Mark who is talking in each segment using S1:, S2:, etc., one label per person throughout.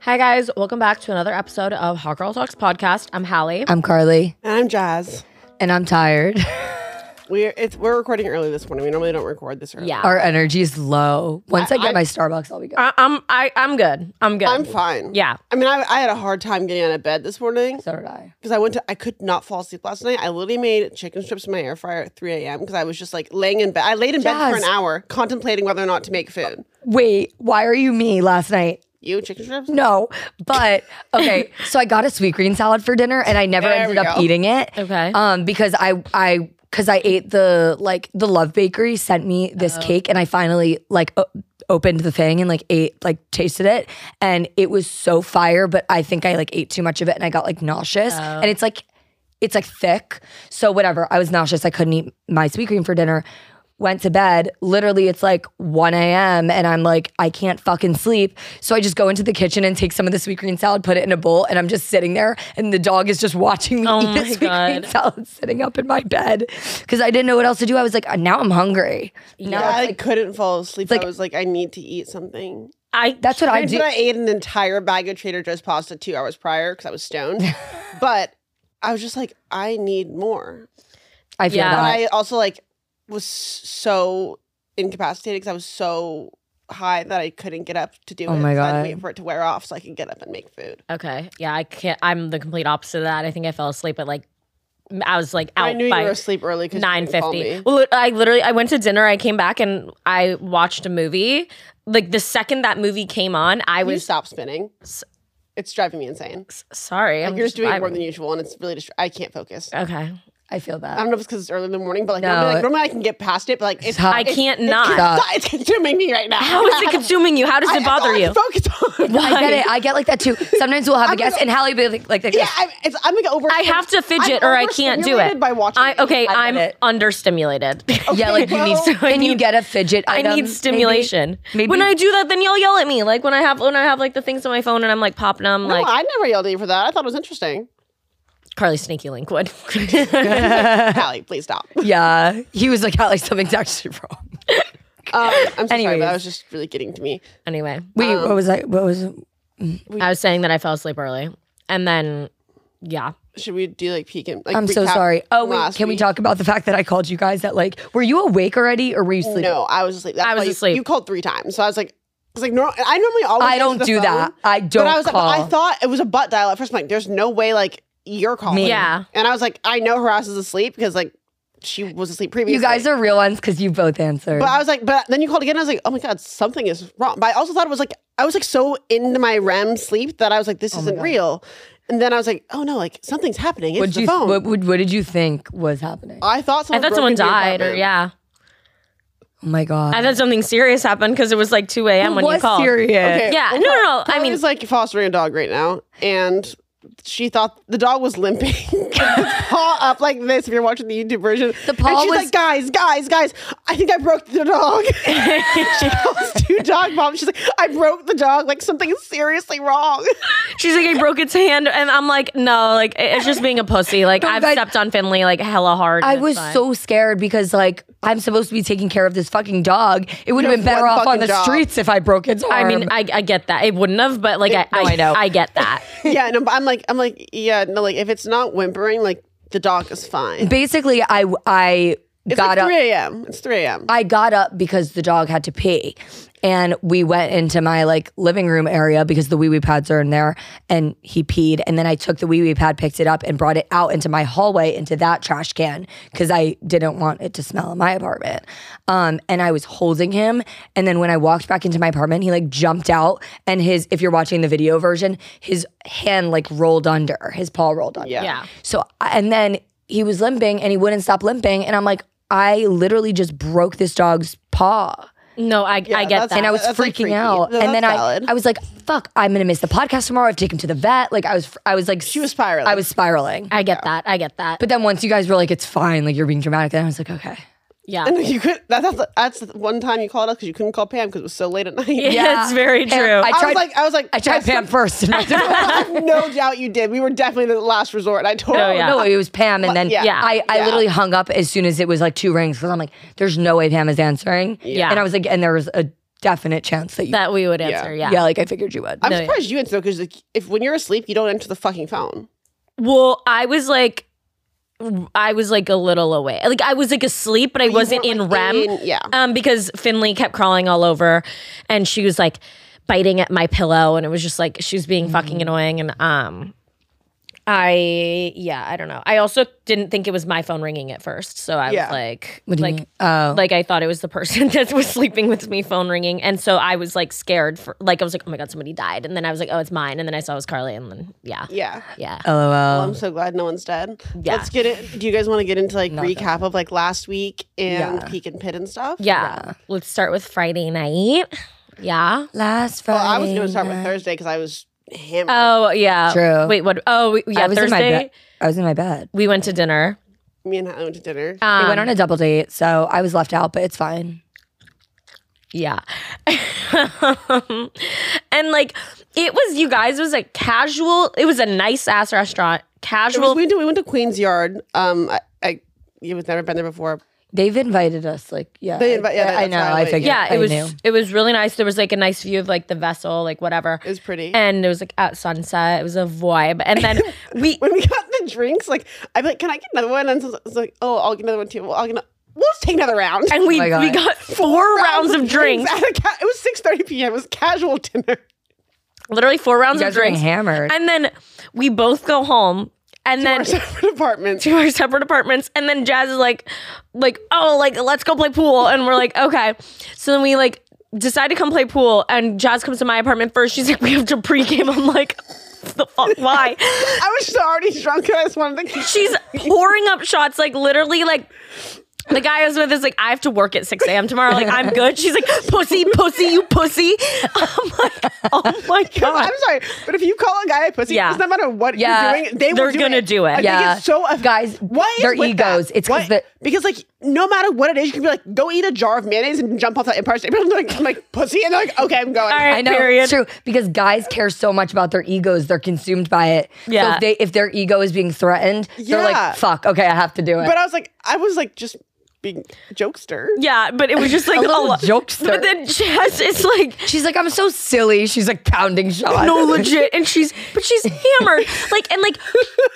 S1: Hi, guys. Welcome back to another episode of Hot Girl Talks podcast. I'm Hallie.
S2: I'm Carly,
S3: I'm Jazz.
S2: and I'm tired.
S3: We're it's we're recording early this morning. We normally don't record this early.
S1: yeah.
S2: Our energy is low. Once I, get
S3: I-
S2: my Starbucks, I'll be good.
S1: I, I'm, I, I'm good. I'm good.
S3: I'm fine.
S1: yeah.
S3: I mean, I, I had a hard time getting out of bed this morning
S2: so did I.
S3: because I went to I could not fall asleep last night. I literally made chicken strips in my air fryer at 3 a.m. because I was just like laying in bed. I laid in bed for
S2: Jazz.
S3: an hour contemplating whether or not to make food.
S2: Wait, why are you me last night?
S3: You chicken strips?
S2: No, but okay. so I got a sweet green salad for dinner, and I never
S3: There
S2: ended
S3: we
S2: up
S3: go.
S2: eating it.
S1: Okay.
S2: Um, because I I because I ate the like the Love Bakery sent me this cake, and I finally like o- opened the thing and like ate like tasted it, and it was so fire. But I think I like ate too much of it, and I got like nauseous, and it's like it's like thick. So whatever, I was nauseous. I couldn't eat my sweet cream for dinner. Went to bed. Literally, it's like 1 a.m. and I'm like, I can't fucking sleep. So I just go into the kitchen and take some of the sweet green salad, put it in a bowl, and I'm just sitting there. And the dog is just watching me
S1: Oh
S2: eat the
S1: my
S2: sweet green
S1: God.
S2: salad sitting up in my bed because I didn't know what else to do. I was like, uh, now I'm hungry. Now
S3: I
S2: it's like,
S3: couldn't fall asleep.
S2: like-
S3: I was like, I need to eat something.
S1: I,
S2: that's what I
S3: I,
S2: do.
S3: but I ate an entire bag of Trader Joe's pasta two hours prior because I was stoned. but I was just like, I need more.
S2: I feel
S1: Yeah.
S3: But
S2: that.
S3: I also like was so incapacitated because I was so high that I couldn't get up to do
S2: Oh
S3: it.
S2: my
S3: So I had to
S2: God.
S3: wait for it to wear off so I could get up and make food.
S1: okay. Yeah. I can't. I'm the complete opposite of that. I think I fell asleep at like, I was like out
S3: I knew
S1: by
S3: you were asleep early because
S1: nine fifty.
S3: Well,
S1: Well, I literally I went to dinner. I came back and I watched a movie. Like the second that movie came on, I
S3: you
S1: was
S3: stop spinning. It's driving me insane.
S1: sorry.
S3: Like
S1: I'm
S3: you're just doing it
S1: vibing.
S3: more than usual, and it's really distra- I can't focus.
S1: okay.
S2: I feel
S3: I
S2: that.
S3: don't know if it's because it's early in the morning, but like,
S2: No,
S3: normally, like,
S2: it-
S3: normally I can get past it, but like it's,
S2: Stop.
S1: I
S2: It's-
S1: can't not.
S2: Stop.
S3: it's consuming me right now.
S1: How is it consuming you? How does
S3: I-
S1: it bother
S3: I,
S1: you?
S3: Focus on.
S2: I get it. I get like that too. Sometimes we'll have a guest, and Hallie will be like, like, like
S3: Yeah,
S2: this.
S3: I'm, it's, I'm like over.
S1: I have to fidget or I can't do it.
S3: By watching,
S1: I, okay,
S2: I get
S1: I am
S2: it.
S1: understimulated.
S2: yeah, like you need.
S3: well,
S2: Can you get a fidget?
S1: I
S2: item,
S1: need
S2: maybe?
S1: stimulation.
S2: Maybe-
S1: When I do that, then y'all yell at me. Like when I have when I have like the things on my phone and I'm like popping them.
S3: No,
S1: like
S3: Oh, I never yelled at you for that. I thought it was interesting.
S1: Carly Sneaky Link would.
S3: Hallie, please stop.
S2: Yeah, he was like, like something's actually wrong.
S3: Um, I'm so sorry,
S2: Anyways.
S3: but that was just really getting to me.
S1: anyway,
S2: Wait,
S3: Um,
S2: what was I? What was?
S1: I was saying that I fell asleep early, and then yeah,
S3: Should we do like peek and like?
S2: I'm so
S3: recap
S2: sorry. Oh wait,
S3: last
S2: can we
S3: week?
S2: talk about the fact that I called you guys? That like, were you awake already or were you sleeping?
S3: No, I was asleep. That's
S1: I was
S3: why you-
S1: asleep.
S3: You called three times, so I was like, I was like, no, I normally always.
S2: I
S3: answer
S2: don't
S3: the
S2: do
S3: phone,
S2: that. I don't
S3: But I was,
S2: call.
S3: I thought it was a butt dial at first. I'm like, there's no way, like you're calling.
S2: Me.
S1: Yeah.
S3: and I was like, I know her ass is asleep because like she was asleep previously.
S2: you guys are real ones because you both answered.
S3: But I was like, but then you called again. I was like, oh my god, something is wrong. But I also thought it was like I was like so into my REM sleep that I was
S2: Oh
S3: like, this isn't real. And then I was like, oh no, like something's happening. It's
S2: What'd
S3: the
S2: you,
S3: phone.
S2: what, what, what did you think was happening?
S3: I thought
S1: I
S3: someone
S1: thought
S3: broke
S1: someone
S3: into your
S1: died or
S3: apartment.
S1: yeah,
S2: oh my god!
S1: I thought something serious happened because it was like two a.m. when you
S2: was
S1: called.
S2: serious.
S3: Okay.
S1: Yeah,
S3: well,
S1: no, no,
S3: Car-
S1: no, I
S3: Carly's,
S1: mean-
S3: like fostering a dog right now, and she thought the dog was limping, With its paw up like this. If you're watching the YouTube version,
S2: The paw
S3: and she's
S2: was-
S3: like, guys, guys, guys, I think I broke the dog. she calls two dog moms. She's like, I broke the dog. Like something is seriously wrong.
S1: She's like, I broke its hand, and I'm like, no, like it- it's just being a pussy. Like I've
S2: guys-
S1: stepped on Finley like hella hard. and
S2: I
S1: it's
S2: was
S1: fine.
S2: so scared because like I'm supposed to be taking care of this fucking dog. It would have been
S3: have
S2: better
S3: one
S2: off on
S3: fucking
S2: the
S3: job.
S2: streets if I broke its arm.
S1: I mean, I, I get that it wouldn't have, but like I,
S2: No,
S1: I,
S2: I know.
S1: I get that.
S3: yeah, no, but I'm like, I'm like, yeah, no, like if it's not whimpering, like the dog is fine.
S2: basically, I I
S3: It's
S2: got
S3: like
S2: up.
S3: 3 a.m. It's 3 a.m.
S2: I got up because the dog had to pee. And we went into my like living room area because the wee wee pads are in there and he peed. And then I took the wee wee pad, picked it up, and brought it out into my hallway into that trash can because I didn't want it to smell in my apartment. Um, and I was holding him. And then when I walked back into my apartment, he like jumped out and his, if you're watching the video version, his hand like rolled under, his paw rolled under.
S3: Yeah.
S1: Yeah.
S2: So, and then he was limping and he wouldn't stop limping. And I'm like, I literally just broke this dog's paw.
S1: No, I, I get
S3: that's-
S1: that.
S2: And I was
S3: That's, like,
S2: freaking
S3: freaky.
S2: out.
S3: No,
S2: and then
S3: that's
S2: I,
S3: valid.
S2: I was like, fuck, I'm going to miss the podcast tomorrow. I have to take him to the vet. Like, I was, fr- I was like,
S3: She was spiraling.
S2: I was spiraling.
S1: I get that. I get that.
S2: but then once you guys were like, it's fine, like you're being dramatic, then I was like, okay.
S1: yeah.
S3: And you could. That, that's the- that's the one time you called us because you couldn't call Pam because it was so late at night.
S1: Yeah, it's very
S2: And
S1: true.
S2: I
S3: I,
S2: tried, I,
S3: was like, I was like,
S2: tried Pam first. And I
S3: I no doubt you did. We were definitely the last resort. I told
S1: Oh, yeah.
S2: No, it was Pam. And then
S3: yeah.
S1: Yeah.
S2: I, I
S3: Yeah.
S2: literally hung up as soon as it was like two rings because I'm like, there's no way Pam is answering.
S1: Yeah.
S2: And I was like, and there was a definite chance that you.
S1: that we would answer. Yeah.
S2: yeah. like I figured you would.
S3: I'm
S1: No, yeah.
S3: surprised you answered because like, if when you're asleep, you don't answer the fucking phone.
S1: Well, I was like, I was like a little away. Like I was like asleep, but I wasn't
S3: weren't,
S1: in
S3: like,
S1: REM.
S3: in- yeah.
S1: Um, because Finley kept crawling all over, and she was like biting at my pillow, and it was just like she was being fucking annoying. And um, I yeah, I don't know. I also didn't think it was my phone ringing at first, so I
S3: Yeah.
S1: was like,
S2: What do you
S1: like.
S2: mean? Oh.
S1: Like I thought it was the person that was sleeping with me, phone ringing, and so I was like scared for like I was like, oh my god, somebody died, and then I was like, oh, it's mine, and then I saw it was Carly, and then yeah,
S3: Yeah.
S1: yeah.
S2: LOL.
S3: I'm so glad no one's dead.
S1: Um, Yeah.
S3: Let's get it. Do you guys want to get into like recap of like last week and
S2: Yeah.
S3: peak and pit and stuff?
S1: Yeah. Let's start with Friday night. Yeah.
S2: Last Friday.
S3: Well, Oh, I was going to start with
S2: night.
S3: Thursday because I was hammered.
S1: Oh, yeah.
S2: True.
S1: Wait, what? Oh, we- yeah.
S2: I was In my
S1: Thursday,
S2: bed. I was in my bed.
S1: we went to dinner.
S3: Me and I went to dinner.
S1: Um,
S2: we went on a double date, so I was left out, but it's fine.
S1: yeah. and like, it was, you guys, it was a casual, it was a nice ass restaurant.
S3: It was-
S1: Casual.
S3: we, went to, we went to Queen's Yard. Um, I, I you was never been there before.
S2: They've invited us, like yeah.
S3: They invi- yeah,
S2: I, I
S3: that's
S2: know.
S3: why I
S2: I
S3: went.
S2: figured.
S1: yeah,
S2: I
S1: it was,
S2: Knew.
S1: it was really nice. There was like a nice view of like the vessel, like whatever.
S3: It was pretty.
S1: And it was like at sunset. It was a vibe. And then we,
S3: when we got the drinks, like I'm like, can I get another one? And so it's like, oh, I'll get another one too. Well, I'll get. Another- we'll just take another round.
S1: and we,
S2: Oh my God.
S1: we got four rounds of drinks,
S3: At a ca- it was 6:30 p.m. It was casual dinner.
S1: literally four rounds
S2: You
S1: of
S2: guys were
S1: drinks.
S2: hammered.
S1: And then we both go home and then
S3: Our separate apartments.
S1: to our separate apartments. And then Jazz is like, like, oh, like, let's go play pool. And we're like, okay. So then we like decide to come play pool. And Jazz comes to my apartment first. She's like, we have to pregame. I'm like, the fuck? Why?
S3: I was just already drunk, and I just wanted to.
S1: She's pouring up shots, like literally like the guy I was with is like, I have to work at 6 a.m. tomorrow. Like, I'm good. She's like, pussy, pussy, you pussy. I'm like, oh my God.
S3: I'm sorry, but if you call a guy a pussy,
S1: Yeah.
S3: it doesn't matter what
S2: Yeah.
S3: you're doing. They
S1: They're
S3: will do
S1: gonna
S3: it.
S1: do it.
S3: I
S2: Yeah.
S3: think it's so off-
S2: Guys,
S3: What is
S2: their
S3: with that?
S2: egos. It's 'cause
S3: What-
S2: the-
S3: because like no matter what it is, you can be like, go eat a jar of mayonnaise and jump off the Empire State Building. Like, I'm like pussy, and they're like, okay, I'm going.
S1: All right.
S2: I know
S1: period.
S2: it's true because guys care so much about their egos; they're consumed by it. so
S1: Yeah.
S2: if, they, if their ego is being threatened, they're
S3: Yeah.
S2: like, "Fuck, okay, I have to do it."
S3: But I was like, I was like just being jokester.
S1: Yeah, but it was just like
S2: A little
S1: lot-
S2: jokester.
S1: But then Jazz is like,
S2: She's like, "I'm so silly." She's like counting shots.
S1: no legit and she's but she's hammered like and like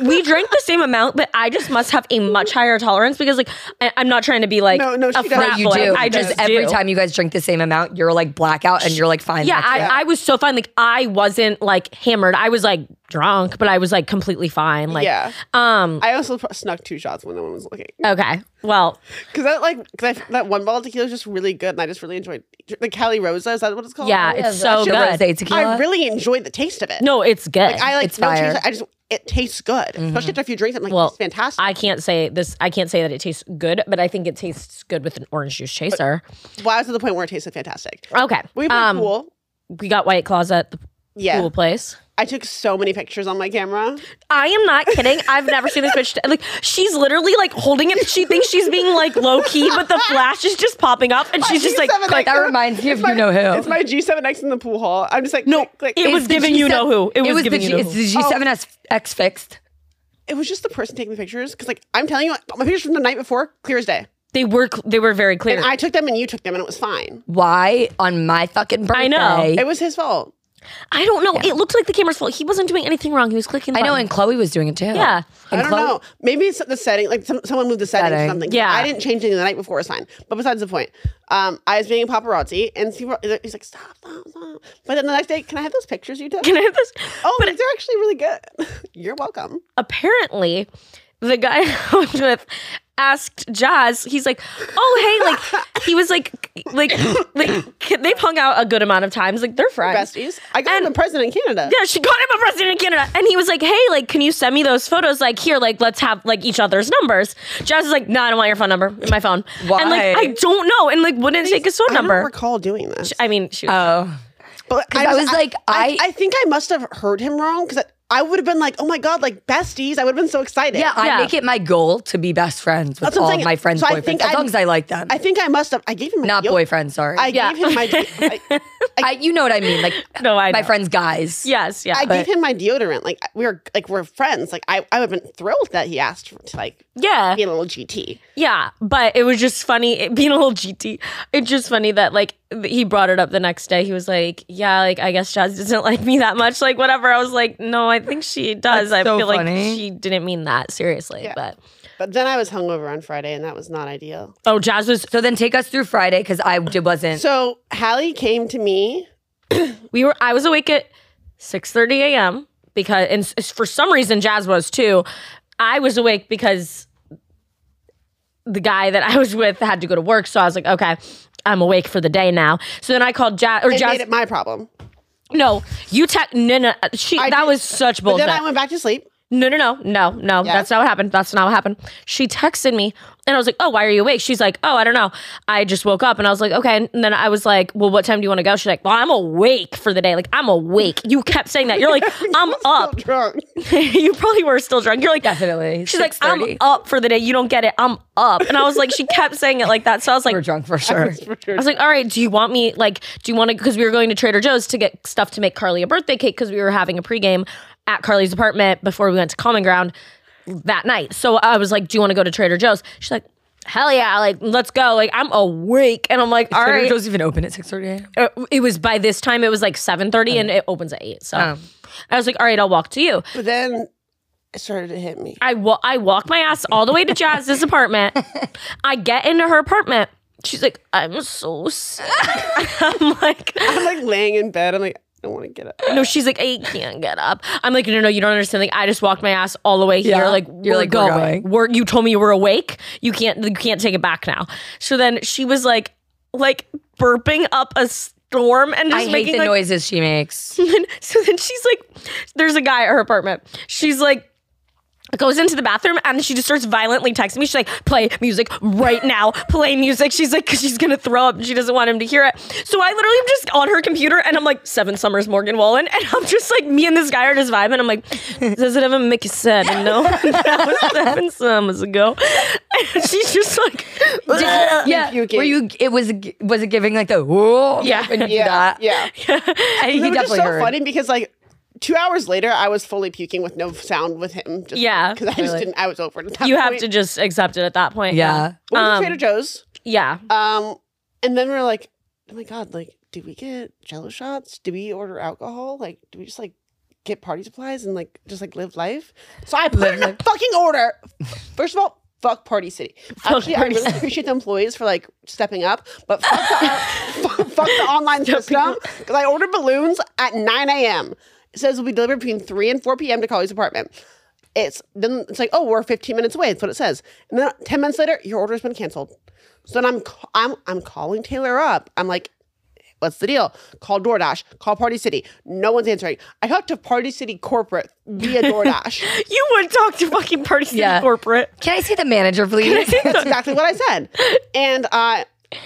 S1: we drank the same amount but i just must have a much higher tolerance because like I, i'm not trying to be like
S3: No, no, she
S1: a
S3: does.
S1: frat
S3: No,
S2: you
S1: boy.
S2: do.
S1: i just
S2: Because every
S1: do.
S2: time you guys drink the same amount, you're like blackout, and you're like fine.
S1: yeah
S2: that's it.
S1: I, I was so fine like i wasn't like hammered i was like drunk but i was like completely fine like
S3: Yeah.
S1: um
S3: I also pr- snuck two shots when no one was looking.
S1: okay well
S3: Because that like 'cause I, that one bottle of tequila is just really good, and I just really enjoyed the Cali Rosa. Is that what it's called?
S1: yeah it's so
S2: She'll
S1: good
S2: rosé tequila.
S3: I really enjoyed the taste of it.
S1: no it's good
S3: I like
S2: It's
S3: no change.
S2: fire.
S3: I just it tastes good, especially after a few drinks. I'm like,
S1: Well,
S3: it's fantastic.
S1: I can't say this. I can't say that it tastes good, but I think it tastes good with an orange juice chaser.
S3: Well, I was to the point where it tasted fantastic.
S1: Okay,
S3: We were
S1: um,
S3: cool.
S1: we got White Claws at the
S3: Yeah,
S1: pool place.
S3: I took so many pictures on my camera.
S1: I am not kidding. I've never seen this bitch. Like she's literally like holding it. She thinks she's being like low key, but the flash is just popping up, and she's just like,
S3: G7X.
S1: click.
S2: that reminds me of
S3: It's my-
S2: you know who.
S3: It's my G7X in the pool hall. I'm just like,
S1: No,
S3: click, click.
S1: it was
S2: It's the
S1: giving you know who. It was,
S2: the
S1: giving
S2: G,
S1: you know
S2: It's
S1: who.
S2: the G7S X fixed.
S3: it was just the person taking the pictures because like I'm telling you, my pictures from the night before clear as day,
S1: They were cl- they were very clear.
S3: and I took them and you took them and it was fine.
S2: Why on my fucking birthday?
S1: I know.
S3: It was his fault.
S1: I don't know. It looked like the camera's fault. He wasn't doing anything wrong. He was clicking. The
S2: I know,
S1: button.
S2: and Chloe was doing it too.
S1: Yeah.
S2: and
S3: I don't
S2: Chloe,
S3: know. Maybe it's the setting. Like some, someone moved the setting, or
S2: Setting.
S3: something.
S1: Yeah.
S3: I didn't change anything the night before. It's fine. But besides the point, um, I was being a paparazzi, and he, he's like, stop, stop, stop. But then the next day, can I have those pictures you took?
S1: Can I have this?
S3: oh, but they're actually really good. You're welcome.
S1: apparently the guy I was with asked Jazz, he's like, Oh hey, like he was like like like they've hung out a good amount of times. Like they're friends.
S3: Besties. I got
S1: And-
S3: him a present in Canada.
S1: Yeah, she got him a president in Canada. And he was like, Hey, like, can you send me those photos? Like, here, like, let's have like each other's numbers. Jazz is like, No, I don't want your phone number. My phone. And
S2: Why?
S1: like, I don't know. And like, wouldn't take his phone
S3: I don't
S1: number.
S3: recall doing this.
S1: I mean, she was,
S2: Oh,
S3: But
S2: I was like, I-
S3: I, think I must have heard him wrong because I would have been like, oh my god, like besties. I would have been so excited.
S2: Yeah, I
S1: Yeah.
S2: make it my goal to be best friends with
S3: That's what I'm
S2: all
S3: saying.
S2: my friends'
S3: So I
S2: boyfriends,
S3: think
S2: as
S3: I-
S2: long as I like them.
S3: I think I must have. I gave him a
S2: Not
S3: deal-
S2: boyfriends, sorry.
S3: I
S1: Yeah.
S3: gave him my. I,
S2: I- you know what I mean. Like
S1: No, I
S2: Uh, my
S1: know.
S2: friends' guys.
S1: Yes, yeah.
S3: I gave him my deodorant. Like we were like we're friends. Like I, I would have been thrilled that he asked for, to like
S1: yeah.
S3: be a little GT.
S1: Yeah, but it was just funny it being a little GT. It's just funny that like th- he brought it up the next day. He was like, "Yeah, like I guess Jazz doesn't like me that much, like whatever." I was like, "No, I think she does. I
S2: so
S1: feel
S2: funny.
S1: like she didn't mean that seriously." But
S3: But then I was hungover on Friday, and that was not ideal.
S1: oh, Jazz was.
S2: So then take us through Friday because I did wasn't.
S3: So Hallie came to me.
S1: We were. I was awake at six thirty a.m. because, and s- for some reason, Jazz was too. I was awake because the guy that I was with had to go to work, so I was like, "Okay, I'm awake for the day now." So then I called Jazz or
S3: It
S1: Jazz.
S3: made it my problem.
S1: No, you text. No, no, uh, she.
S3: I
S1: that
S3: did-
S1: was such
S3: But
S1: bullshit.
S3: then I went back to sleep.
S1: no, no, no, no, no.
S3: Yeah?
S1: That's not what happened. That's not what happened. She texted me, and I was like, "Oh, why are you awake?" She's like, "Oh, I don't know. I just woke up." And I was like, "Okay." And then I was like, "Well, what time do you want to go?" She's like, "Well, I'm awake for the day. Like, I'm awake." You kept saying that. You're like, "I'm
S3: I'm
S1: up."
S3: drunk.
S1: you probably were still drunk. You're like,
S2: Definitely.
S1: She's like, "I'm
S2: 6:30.
S1: up for the day. You don't get it. I'm up." And I was like, she kept saying it like that. So I was like,
S2: We're drunk for sure.
S1: I was like, all right, do you want me, like, do you want to, because we were going to Trader Joe's to get stuff to make Carly a birthday cake because we were having a pregame at Carly's apartment before we went to Common Ground that night. So I was like, do you want to go to Trader Joe's? She's like, hell yeah, like, let's go. Like, I'm awake. And I'm like, all
S2: Trader
S1: right.
S2: Joe's even open at 6:30 a.m.
S1: Uh, It was by this time, it was like 7.30 and it opens at 8. So
S2: Oh.
S1: I was like, all right, I'll walk to you.
S3: But then it started to hit me.
S1: I wa- I walk my ass all the way to Jazz's apartment. I get into her apartment. She's like, I'm so sick. I'm like,
S3: I'm like laying in bed. I'm like, I don't want to get up.
S1: No, she's like, I can't get up. I'm like, no, no, no, you don't understand. Like, I just walked my ass all the way here.
S2: Yeah.
S1: Like,
S2: You're
S1: we're
S2: like, we're
S1: going.
S2: going.
S1: We're- you told me you were awake. You can't, you can't take it back now. So then she was like, like burping up a storm and
S2: I
S1: just
S2: hate
S1: making
S2: the
S1: like,
S2: noises she makes.
S1: and so then she's like, there's a guy at her apartment. She's like, goes into the bathroom and she just starts violently texting me. She's like, play music right now, play music. She's like, because she's going to throw up and she doesn't want him to hear it. So I literally am just on her computer and I'm like, Seven Summers Morgan Wallen. And I'm just like, me and this guy are just vibing. I'm like, does it ever make you sad? You know, that was seven summers ago. And she's just like,
S2: yeah.
S3: you
S2: Were you? It was. Was it giving like the? Whoa,
S1: Yeah.
S2: When you do
S3: Yeah,
S2: that.
S3: yeah.
S2: I- he
S3: It was just
S2: definitely
S3: so
S2: heard.
S3: funny because like two hours later, I was fully puking with no sound with him. Just,
S1: Yeah.
S3: because I just didn't. I was over it. At that
S1: you have
S3: point.
S1: to um, just accept it at that point.
S2: Yeah.
S3: We went to Trader Joe's.
S1: Yeah.
S3: Um, and then we are like, oh my god, like, did we get Jello shots? Did we order alcohol? Like, do we just like get party supplies and like just like live life? So I put in a fucking order. First of all, fuck Party City. Actually,
S1: Party
S3: I really appreciate the employees for like stepping up, but fuck the, fuck, fuck the online system because I ordered balloons at nine a.m. It says will be delivered between three and four p.m. to Collie's apartment. It's then it's like oh we're 15 minutes away. That's what it says. And then 10 minutes later, your order's been canceled. So then I'm ca- I'm I'm calling Taylor up. I'm like, what's the deal? Call DoorDash. Call Party City. No one's answering. I talked to Party City corporate via DoorDash.
S1: You would talk to fucking Party City
S2: Yeah.
S1: Corporate.
S2: Can I see the manager, please?
S3: That's exactly what I said. And uh,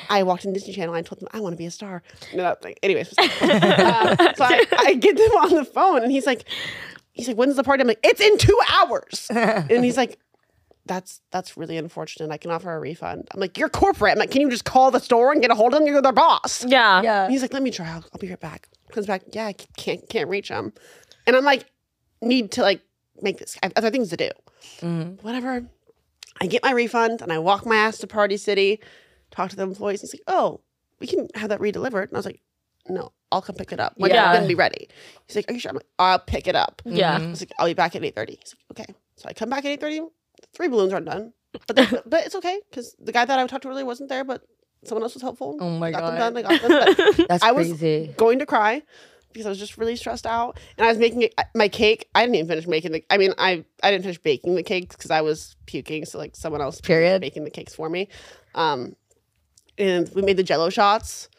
S3: I walked in Disney Channel and I told them I want to be a star. No, that thing. Anyways, uh, so I, I get them on the phone and he's like, he's like, when's the party? I'm like, it's in two hours. And he's like, that's that's really unfortunate. I can offer a refund. I'm like, you're corporate. I'm like, can you just call the store and get a hold of them? You're their boss.
S1: Yeah.
S2: yeah.
S3: And he's like, let me try. I'll, I'll be right back. Comes back. Yeah, I c- can't can't reach him. And I'm like, need to like make this. I have other things to do.
S2: Mm-hmm.
S3: Whatever. I get my refund and I walk my ass to Party City, talk to the employees. And he's like, oh, we can have that redelivered. And I was like, no, I'll come pick it up. When
S1: Yeah.
S3: it's gonna be ready. He's like, are you sure? I'm like, I'll pick it up.
S1: Yeah.
S3: I was like, I'll be back at eight thirty. He's like, okay. So I come back at eight thirty. Three balloons aren't done, but they, but it's okay because the guy that I talked to earlier wasn't there, but someone else was helpful.
S2: Oh my
S3: got
S2: God.
S3: Them done. I got them done. But
S2: That's
S3: I was-
S2: crazy.
S3: going to cry because I was just really stressed out. And I was making it- my cake. I didn't even finish making the. I mean, I I didn't finish baking the cakes because I was puking. So like someone else
S2: Period.
S3: making the cakes for me. Um, and we made the Jello shots.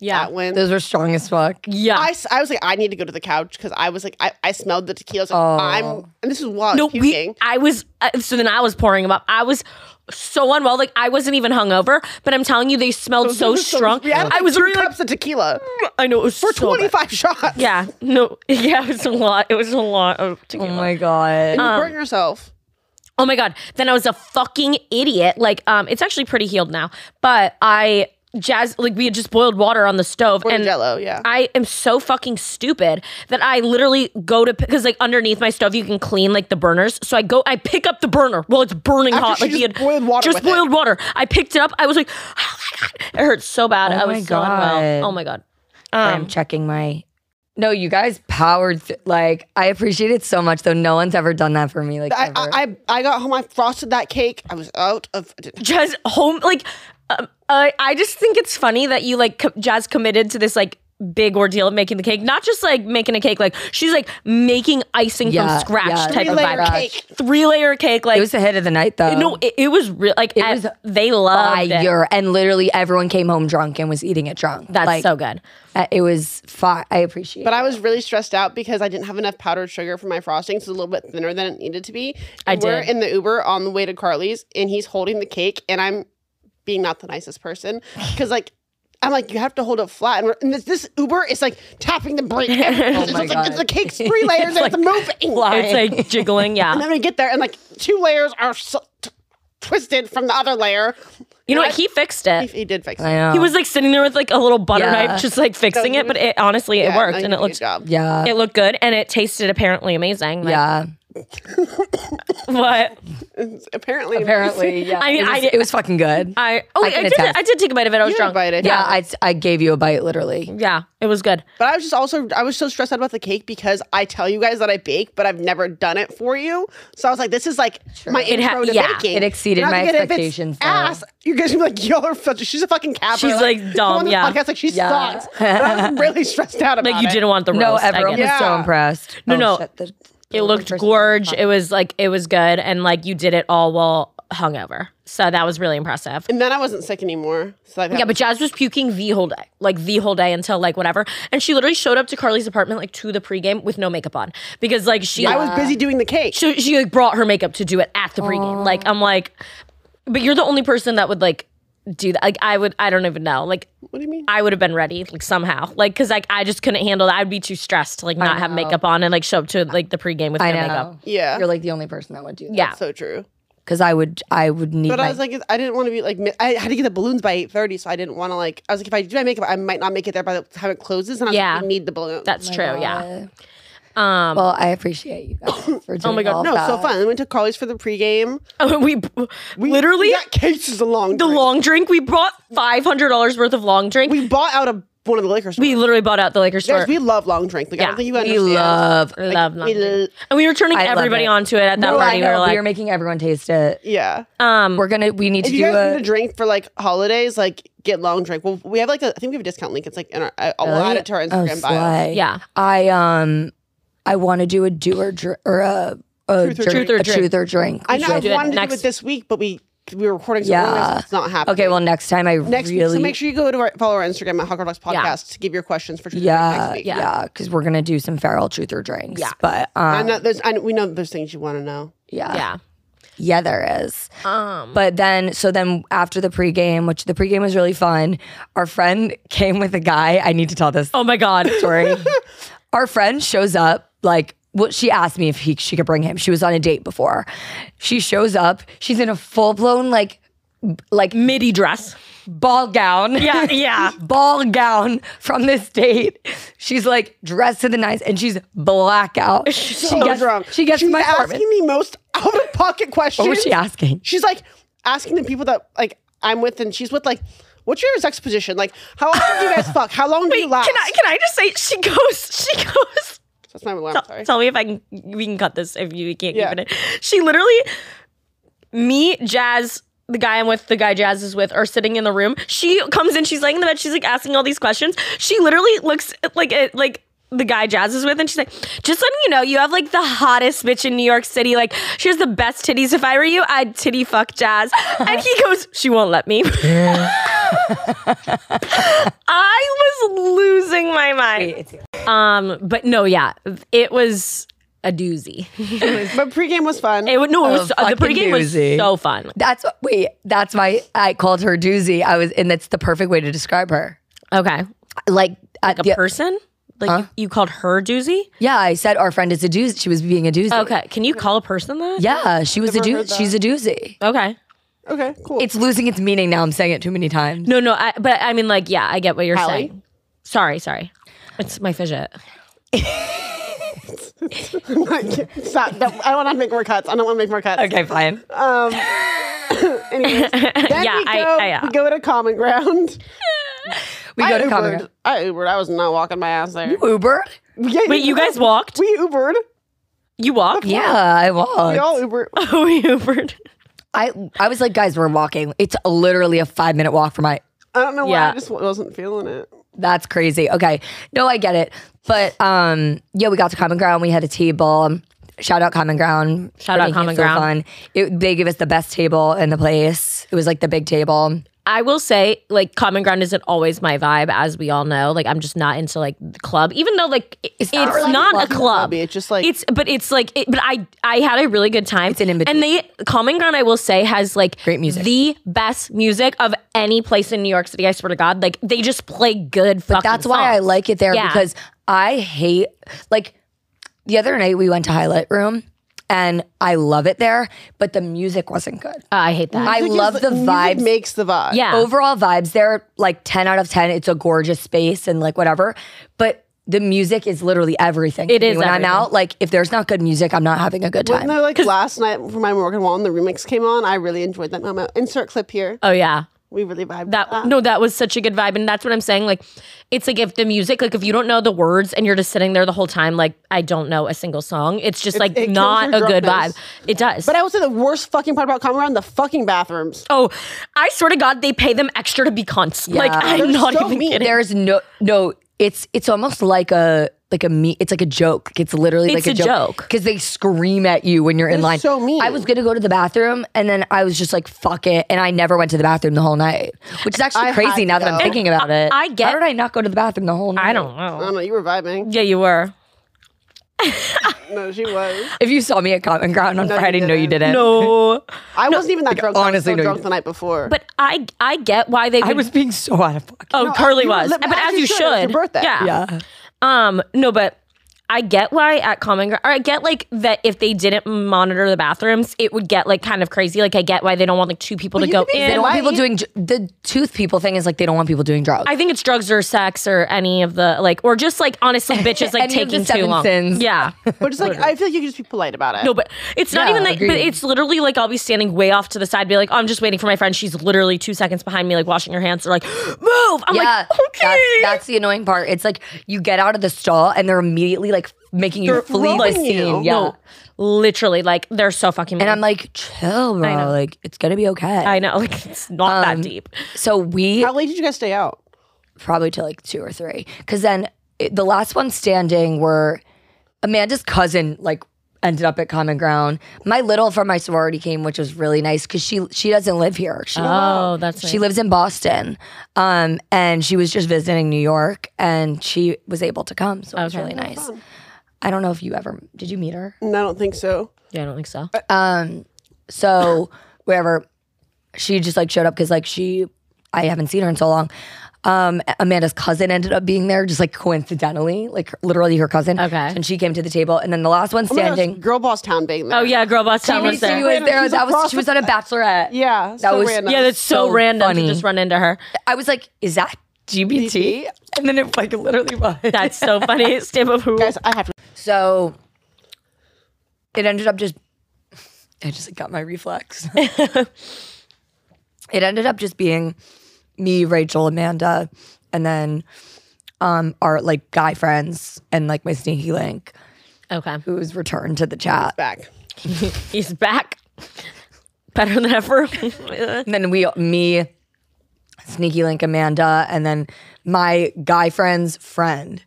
S1: Yeah.
S3: that one.
S2: Those were strong as fuck.
S1: Yeah.
S3: I, s- I was like, I need to go to the couch because I was like, I, I smelled the tequila. I was like, I'm, and this is while
S1: Oh. no,
S3: no, puking.
S1: we, I was, uh, so then I was pouring them up. I was so unwell. Like, I wasn't even hungover, but I'm telling you, they smelled so, strong.
S3: We had like
S1: I was
S3: two
S1: really like,
S3: cups of tequila
S1: I know it was
S3: for
S1: so bad.
S3: 25 shots.
S1: Yeah. No. Yeah. It was a lot. It was a lot of tequila.
S2: Oh my god.
S1: Um,
S3: You burnt yourself.
S1: Oh my god. Then I was a fucking idiot. Like, um, it's actually pretty healed now. But I jazz like we had just boiled water on the stove
S3: Or
S1: and
S3: Jello, yeah.
S1: I am so fucking stupid that I literally go to because like underneath my stove you can clean like the burners. So I go, I pick up the burner while it's burning
S3: After
S1: hot.
S3: she
S1: like we
S3: just boiled water
S1: Just
S3: with it.
S1: boiled water. I picked it up. I was like, oh my god, it hurt so
S3: Oh
S1: bad. I
S2: my
S1: was so unwell.
S2: God.
S1: Oh my god.
S2: I'm checking my. No, you guys powered. Th- like I appreciate it so much, though. No one's ever done that for me. Like
S3: I,
S2: ever.
S3: I, I, I got home. I frosted that cake. I was out of.
S1: Jazz home like um, I I just think it's funny that you like co- Jazz committed to this like big ordeal of making the cake, not just like making a cake. Like she's like making icing
S2: Yeah,
S1: from scratch
S2: yeah.
S1: type of
S3: Three-layer
S1: vibe.
S3: cake.
S1: Three layer cake, like
S2: it was the hit of the night, though.
S1: no, it, it was real. Like it
S2: Um, was
S1: they loved it.
S2: fire, and literally everyone came home drunk and was eating it drunk.
S1: That's
S2: like,
S1: so good.
S2: uh, It was fire. I appreciate.
S3: But
S2: it.
S3: I was really stressed out because I didn't have enough powdered sugar for my frosting, so it was a little bit thinner than it needed to be.
S1: I
S3: And We're
S1: did.
S3: in the Uber on the way to Carly's, and he's holding the cake, and I'm being not the nicest person because like. I'm like, you have to hold it flat, and, we're, and this, this Uber is like tapping the brake. oh
S2: my God.
S3: the cake's three layers, and it's moving.
S1: It's like jiggling,
S3: And
S1: yeah.
S3: then we get there, and like two layers are so t- twisted from the other layer.
S1: You know what? He fixed
S3: He,
S1: it.
S3: he did fix it.
S2: I know.
S1: He was like sitting there with like a little butter
S2: Yeah.
S1: knife, just like fixing
S3: he
S1: it. But it honestly, it
S3: Yeah,
S1: worked,
S3: no, you
S1: and
S3: did
S1: it
S3: a
S1: looked
S3: good job.
S2: Yeah.
S1: it looked good, and it tasted apparently amazing. Like,
S2: yeah.
S1: What?
S3: Apparently,
S2: Apparently, yeah.
S1: I mean,
S2: it, was,
S1: I-
S2: it was fucking good.
S1: I oh wait, I,
S2: can
S1: did
S2: attest.
S1: I did take a bite of it. I was
S3: you
S1: drunk.
S3: invited.
S2: yeah, I, I gave you a bite, literally.
S1: Yeah, it was good.
S3: But I was just also I was so stressed out about the cake because I tell you guys that I bake, but I've never done it for you. So I was like, this is like my
S1: It ha-
S3: intro to
S1: yeah,
S3: baking.
S2: it exceeded
S3: And I
S2: my
S3: was like, if it's
S2: expectations, though.
S3: Ass, you guys would be like, y'all are such. She's a fucking capper.
S1: She's, like,
S3: come
S1: dumb,
S3: on this
S1: yeah.
S3: Podcast like she
S2: Yeah.
S3: sucks. And I was really stressed out about
S1: Like you
S3: it.
S1: didn't want the roast.
S2: No,
S1: I
S2: everyone
S1: get
S2: was
S1: it.
S2: so
S3: Yeah.
S2: impressed.
S1: No,
S2: Oh,
S1: no.
S2: shit, the- the
S1: It
S2: only
S1: looked
S2: person-
S1: gorge. It was like it was good, and like you did it all while hungover. So that was really impressive.
S3: And then I wasn't sick anymore. So like,
S1: Yeah, but Jazz was puking the whole day, like the whole day until like whatever. And she literally showed up to Carly's apartment like to the pregame with no makeup on because like she
S3: I was busy doing the cake.
S1: she, she like brought her makeup to do it at the pregame. Like I'm like, but you're the only person that would like do that. Like I would, I don't even know. Like
S3: What do you mean?
S1: I would have been ready like somehow, like because like I just couldn't handle that. I'd be too stressed to like not have makeup on and like show up to like the pregame with
S2: I
S1: no
S2: know.
S1: makeup.
S3: Yeah.
S2: You're like the only person that would do that.
S1: Yeah,
S3: so true.
S2: Because I would, I would need.
S3: But
S2: my,
S3: I was like, I didn't want to be like, mi- I had to get the balloons by eight thirty, so I didn't want to like. I was like, if I do my makeup, I might not make it there by the time it closes, and I was
S1: Yeah.
S3: like, I need the balloons.
S1: that's true. Yeah,
S2: Oh, um, well, I appreciate you guys for doing oh
S1: my God,
S3: no, so fun. We went to Carly's for the pregame.
S1: we, literally
S3: that case is a long.
S1: the
S3: drink.
S1: long drink. We brought five hundred dollars worth of long drink. We,
S3: we bought out of one of the liquor stores.
S1: literally bought out the liquor store.
S3: Guys, we love long drink. Like I
S1: Yeah,
S3: don't think you
S1: we
S3: understand.
S2: love.
S1: We love long
S3: we
S1: drink.
S3: l-
S1: and we were turning
S2: I love
S1: everybody
S2: it.
S1: onto it at that
S2: No, I
S1: party. We
S2: know.
S1: were like,
S2: making everyone taste it.
S3: yeah.
S1: um,
S2: We're gonna. We need
S3: if
S2: to
S3: you
S2: do
S3: guys
S2: a.
S3: need a drink for like holidays, like get long drink. Well, we have like a, I think we have a discount link. It's like in our. I- I'll add it to our Instagram
S2: oh,
S3: bio.
S2: slay.
S1: Yeah.
S2: I um, I want to do a do or dr- or a, a
S3: Truth or
S1: drink.
S2: drink-
S1: Truth or
S2: a
S1: drink.
S2: truth or drink.
S3: I know. I
S1: should do it
S3: wanted to do
S1: next-
S3: it this week, but we we were recording. So
S2: Yeah.
S3: yeah. It's not happening.
S2: Okay. Well, next time I
S3: next
S2: really.
S3: week. So make sure you go to our, follow our Instagram at Hawker Box Podcast
S1: Yeah.
S3: to give your questions for Tuesday
S2: yeah,
S3: next week.
S2: yeah, because we're gonna do some feral truth or drinks.
S1: Yeah.
S2: but
S3: I
S2: um,
S3: know there's, I know, we know there's things you want to know.
S2: yeah, yeah,
S1: yeah,
S2: there is.
S1: um,
S2: But then, so then after the pregame, which the pregame was really fun, our friend came with a guy. I need to tell this
S1: oh my god,
S2: story. Our friend shows up like well, she asked me if he, she could bring him. She was on a date before. She shows up. She's in a full blown like b- like
S1: midi dress.
S2: ball gown.
S1: Yeah, yeah.
S2: ball gown from this date. She's like dressed to the nines and she's blackout. she
S3: so
S2: gets
S3: drunk.
S2: She gets
S3: She's
S2: to my apartment.
S3: asking me most out of pocket
S1: Oh,
S3: questions.
S2: What was she asking?
S3: She's like asking the people that like I'm with, and she's with like, "What's your sex position? Like, how often do you guys fuck? How long do you
S1: Can
S3: last?"
S1: I can I just say she goes she goes
S3: That's my alarm. Sorry.
S1: Tell me if I can. We can cut this if you can't
S3: Yeah.
S1: keep it. In. She literally, me, Jazz, the guy I'm with, the guy Jazz is with, are sitting in the room. She comes in. She's laying in the bed. She's like asking all these questions. She literally looks at, like at, like the guy Jazz is with, and she's like, "Just letting you know, you have like the hottest bitch in New York City. Like, she has the best titties. If I were you, I'd titty fuck Jazz." and he goes, "She won't let me." I was losing my mind. Um, but no, yeah, it was a doozy.
S3: But pregame was fun.
S1: It wa- no, it was the
S2: A fucking
S1: pregame was
S2: doozy.
S1: so fun.
S2: That's wait. That's why I called her doozy. I was, and that's the perfect way to describe her.
S1: Okay,
S2: Like, at
S1: a
S2: the,
S1: person like you, you called her doozy.
S2: yeah, I said our friend is a doozy. She was being a doozy.
S1: Okay, can you call a person that?
S2: Yeah, she was a
S3: Oh. heard
S2: doozy.
S3: that.
S2: She's a doozy.
S1: Okay.
S3: okay, cool.
S2: It's losing its meaning now. I'm saying it too many times.
S1: No, no, I, but I mean, like, yeah, I get what you're
S3: Hallie?
S1: saying. Sorry, sorry. It's my fidget.
S3: Stop. Don't- I want to make more cuts. I don't want to make more cuts.
S2: Okay, fine.
S3: Anyways, then
S1: Yeah,
S3: we go,
S1: I- I, uh,
S3: we go to common ground.
S2: We go to Comic
S3: Ubered. I Ubered. I was not walking my ass there.
S2: Uber.
S3: Yeah,
S1: Wait, you guys walked?
S3: We Ubered.
S1: You walked?
S2: Yeah, I walked.
S3: We all Ubered.
S1: we Ubered.
S2: I I was like, guys, we're walking. It's literally a five minute walk from my.
S3: I don't know why.
S1: Yeah.
S3: I just wasn't feeling it.
S2: That's crazy. Okay, no, I get it. But um, yeah, we got to Common Ground. We had a table. Shout out Common Ground.
S1: Shout
S2: for
S1: out
S2: making it
S1: Common
S2: so
S1: Ground.
S2: Fun. It, they gave us the best table in the place. It was like the big table.
S1: I will say, like, Common Ground isn't always my vibe, as we all know. Like, I'm just not into like the club, even though like i- it's
S2: not
S1: not,
S2: really
S1: a club.
S3: clubby, it's just, like-
S1: it's, but it's like, it, but I I had a really good time. It's
S2: an in-between.
S1: And they Common Ground, I will say, has like
S2: Great music.
S1: the best music of any place in New York City. I swear to God, like they just play good. fucking
S2: That's why I
S1: songs.
S2: like it there
S1: Yeah.
S2: because I hate like the other night we went to Highlight Room and I love it there, but the music wasn't good.
S1: Uh, I hate that.
S2: I
S3: Music is
S2: love the
S3: music
S2: vibes.
S3: Makes the vibe.
S1: yeah.
S2: Overall vibes there, like 10 out of 10. It's a gorgeous space and like whatever. But the music is literally everything.
S1: It
S2: to me.
S1: is
S2: When
S1: everything.
S2: I'm out, like if there's not good music, I'm not having a good time.
S3: And then, like last night for my Morgan Wallen, the remix came on. I really enjoyed that moment. Insert clip here.
S1: oh yeah.
S3: We really vibed.
S1: That no, that was such a good vibe, and that's what I'm saying. Like, it's like if the music, like if you don't know the words and you're just sitting there the whole time, like I don't know a single song. It's just like
S3: it kills
S1: not a
S3: your
S1: good
S3: drunkenness.
S1: vibe. It does.
S3: But I would say the worst fucking part about Common Ground, the fucking bathrooms.
S1: oh, I swear to God, they pay them extra to be cons. Like I'm not
S3: so
S1: even
S3: mean.
S1: kidding.
S2: there's no no it's it's almost like a like a me it's like a joke Like, it's literally
S1: It's
S2: like
S1: a
S2: a, joke
S1: joke.
S2: because they scream at you when you're in line
S3: so mean.
S2: i was gonna go to the bathroom and then i was just like fuck it and i never went to the bathroom the whole night which is actually
S3: I
S2: crazy
S3: had
S2: now that i'm
S3: to.
S2: thinking about it
S1: I get-
S2: how did i not go to the bathroom the whole night
S1: I don't
S3: I
S1: know.
S3: don't know. You were vibing.
S1: Yeah, you were.
S3: No, she was.
S2: if you saw me at common ground on
S3: you
S2: friday no you didn't
S1: No,
S3: I wasn't even that drunk.
S2: honestly, no,
S3: Honestly, I was so
S2: you-
S3: drunk the night before.
S1: but I I get why they. Would,
S2: i was being so out of pocket
S1: Oh, Curly
S3: you were-
S1: was,
S3: li-
S1: but as, you should.
S3: It was your birthday.
S1: Yeah.
S2: yeah
S1: Um, no, but I get why at Common Ground, or I get like that if they didn't monitor the bathrooms, it would get like kind of crazy. Like I get why they don't want like two people to
S3: you
S1: go
S3: could be
S1: in.
S2: they don't want
S3: Why
S2: people
S3: you-
S2: doing ju- the tooth people thing is like they don't want people doing drugs
S1: I think it's drugs or sex or any of the like, or just like honestly, bitches like
S2: Any of the
S1: taking too
S2: seven
S1: long.
S2: sins.
S1: Yeah,
S3: But just like I feel like you could just be polite about it.
S1: no, but it's not
S2: Yeah,
S1: even like. But
S2: agreed.
S1: it's literally like I'll be standing way off to the side, be like, oh, I'm just waiting for my friend. She's literally two seconds behind me, like washing her hands. They're like, move. I'm
S2: yeah,
S1: like, okay.
S2: that's, that's the annoying part. It's like you get out of the stall and they're immediately like making you flee the
S3: throwing
S2: scene.
S3: you.
S2: Yeah,
S1: No, literally, like they're so fucking.
S2: and
S1: mean.
S2: I'm like, chill, bro.
S1: know.
S2: Like it's gonna be okay.
S1: I know, like it's not
S2: Um,
S1: that deep.
S2: so we
S3: How late did you guys stay out?
S2: probably till like two or three, because then it, the last ones standing were Amanda's cousin. Like ended up at Common Ground. My little from my sorority came, which was really nice because she she doesn't live here. She
S1: Oh, that's
S2: She lives in Boston, um, and she was just visiting New York, and she was able to come, so it was
S1: Okay.
S2: really nice. I don't know if you ever did you meet her?
S3: No, I don't think so.
S1: Yeah, I don't think so.
S2: So wherever she just like showed up because like she, I haven't seen her in so long. Um, Amanda's cousin ended up being there, just like coincidentally, like literally her cousin.
S1: Okay.
S2: and she came to the table, and then the last one
S3: Oh my gosh,
S2: standing.
S3: Girl boss town being there.
S1: Oh yeah, girl boss town was
S2: She
S1: there.
S2: was there.
S3: She's
S2: That was
S3: across
S2: she was on a bachelorette.
S3: Yeah. That so
S2: was-
S3: random.
S1: Yeah, that's so,
S2: So
S1: random
S2: funny.
S1: to just run into her.
S2: I was like, is that GBT? And then it like literally was.
S1: That's so funny. Stamp of who?
S3: guys, I have to
S2: So it ended up just I just got my reflex. it ended up just being me, Rachel, Amanda, and then um our like guy friends and like my sneaky link
S1: Okay,
S2: who was returned to the chat.
S3: back.
S1: he's back. Better than ever.
S2: And then we me, sneaky link Amanda, and then my guy friend's friend.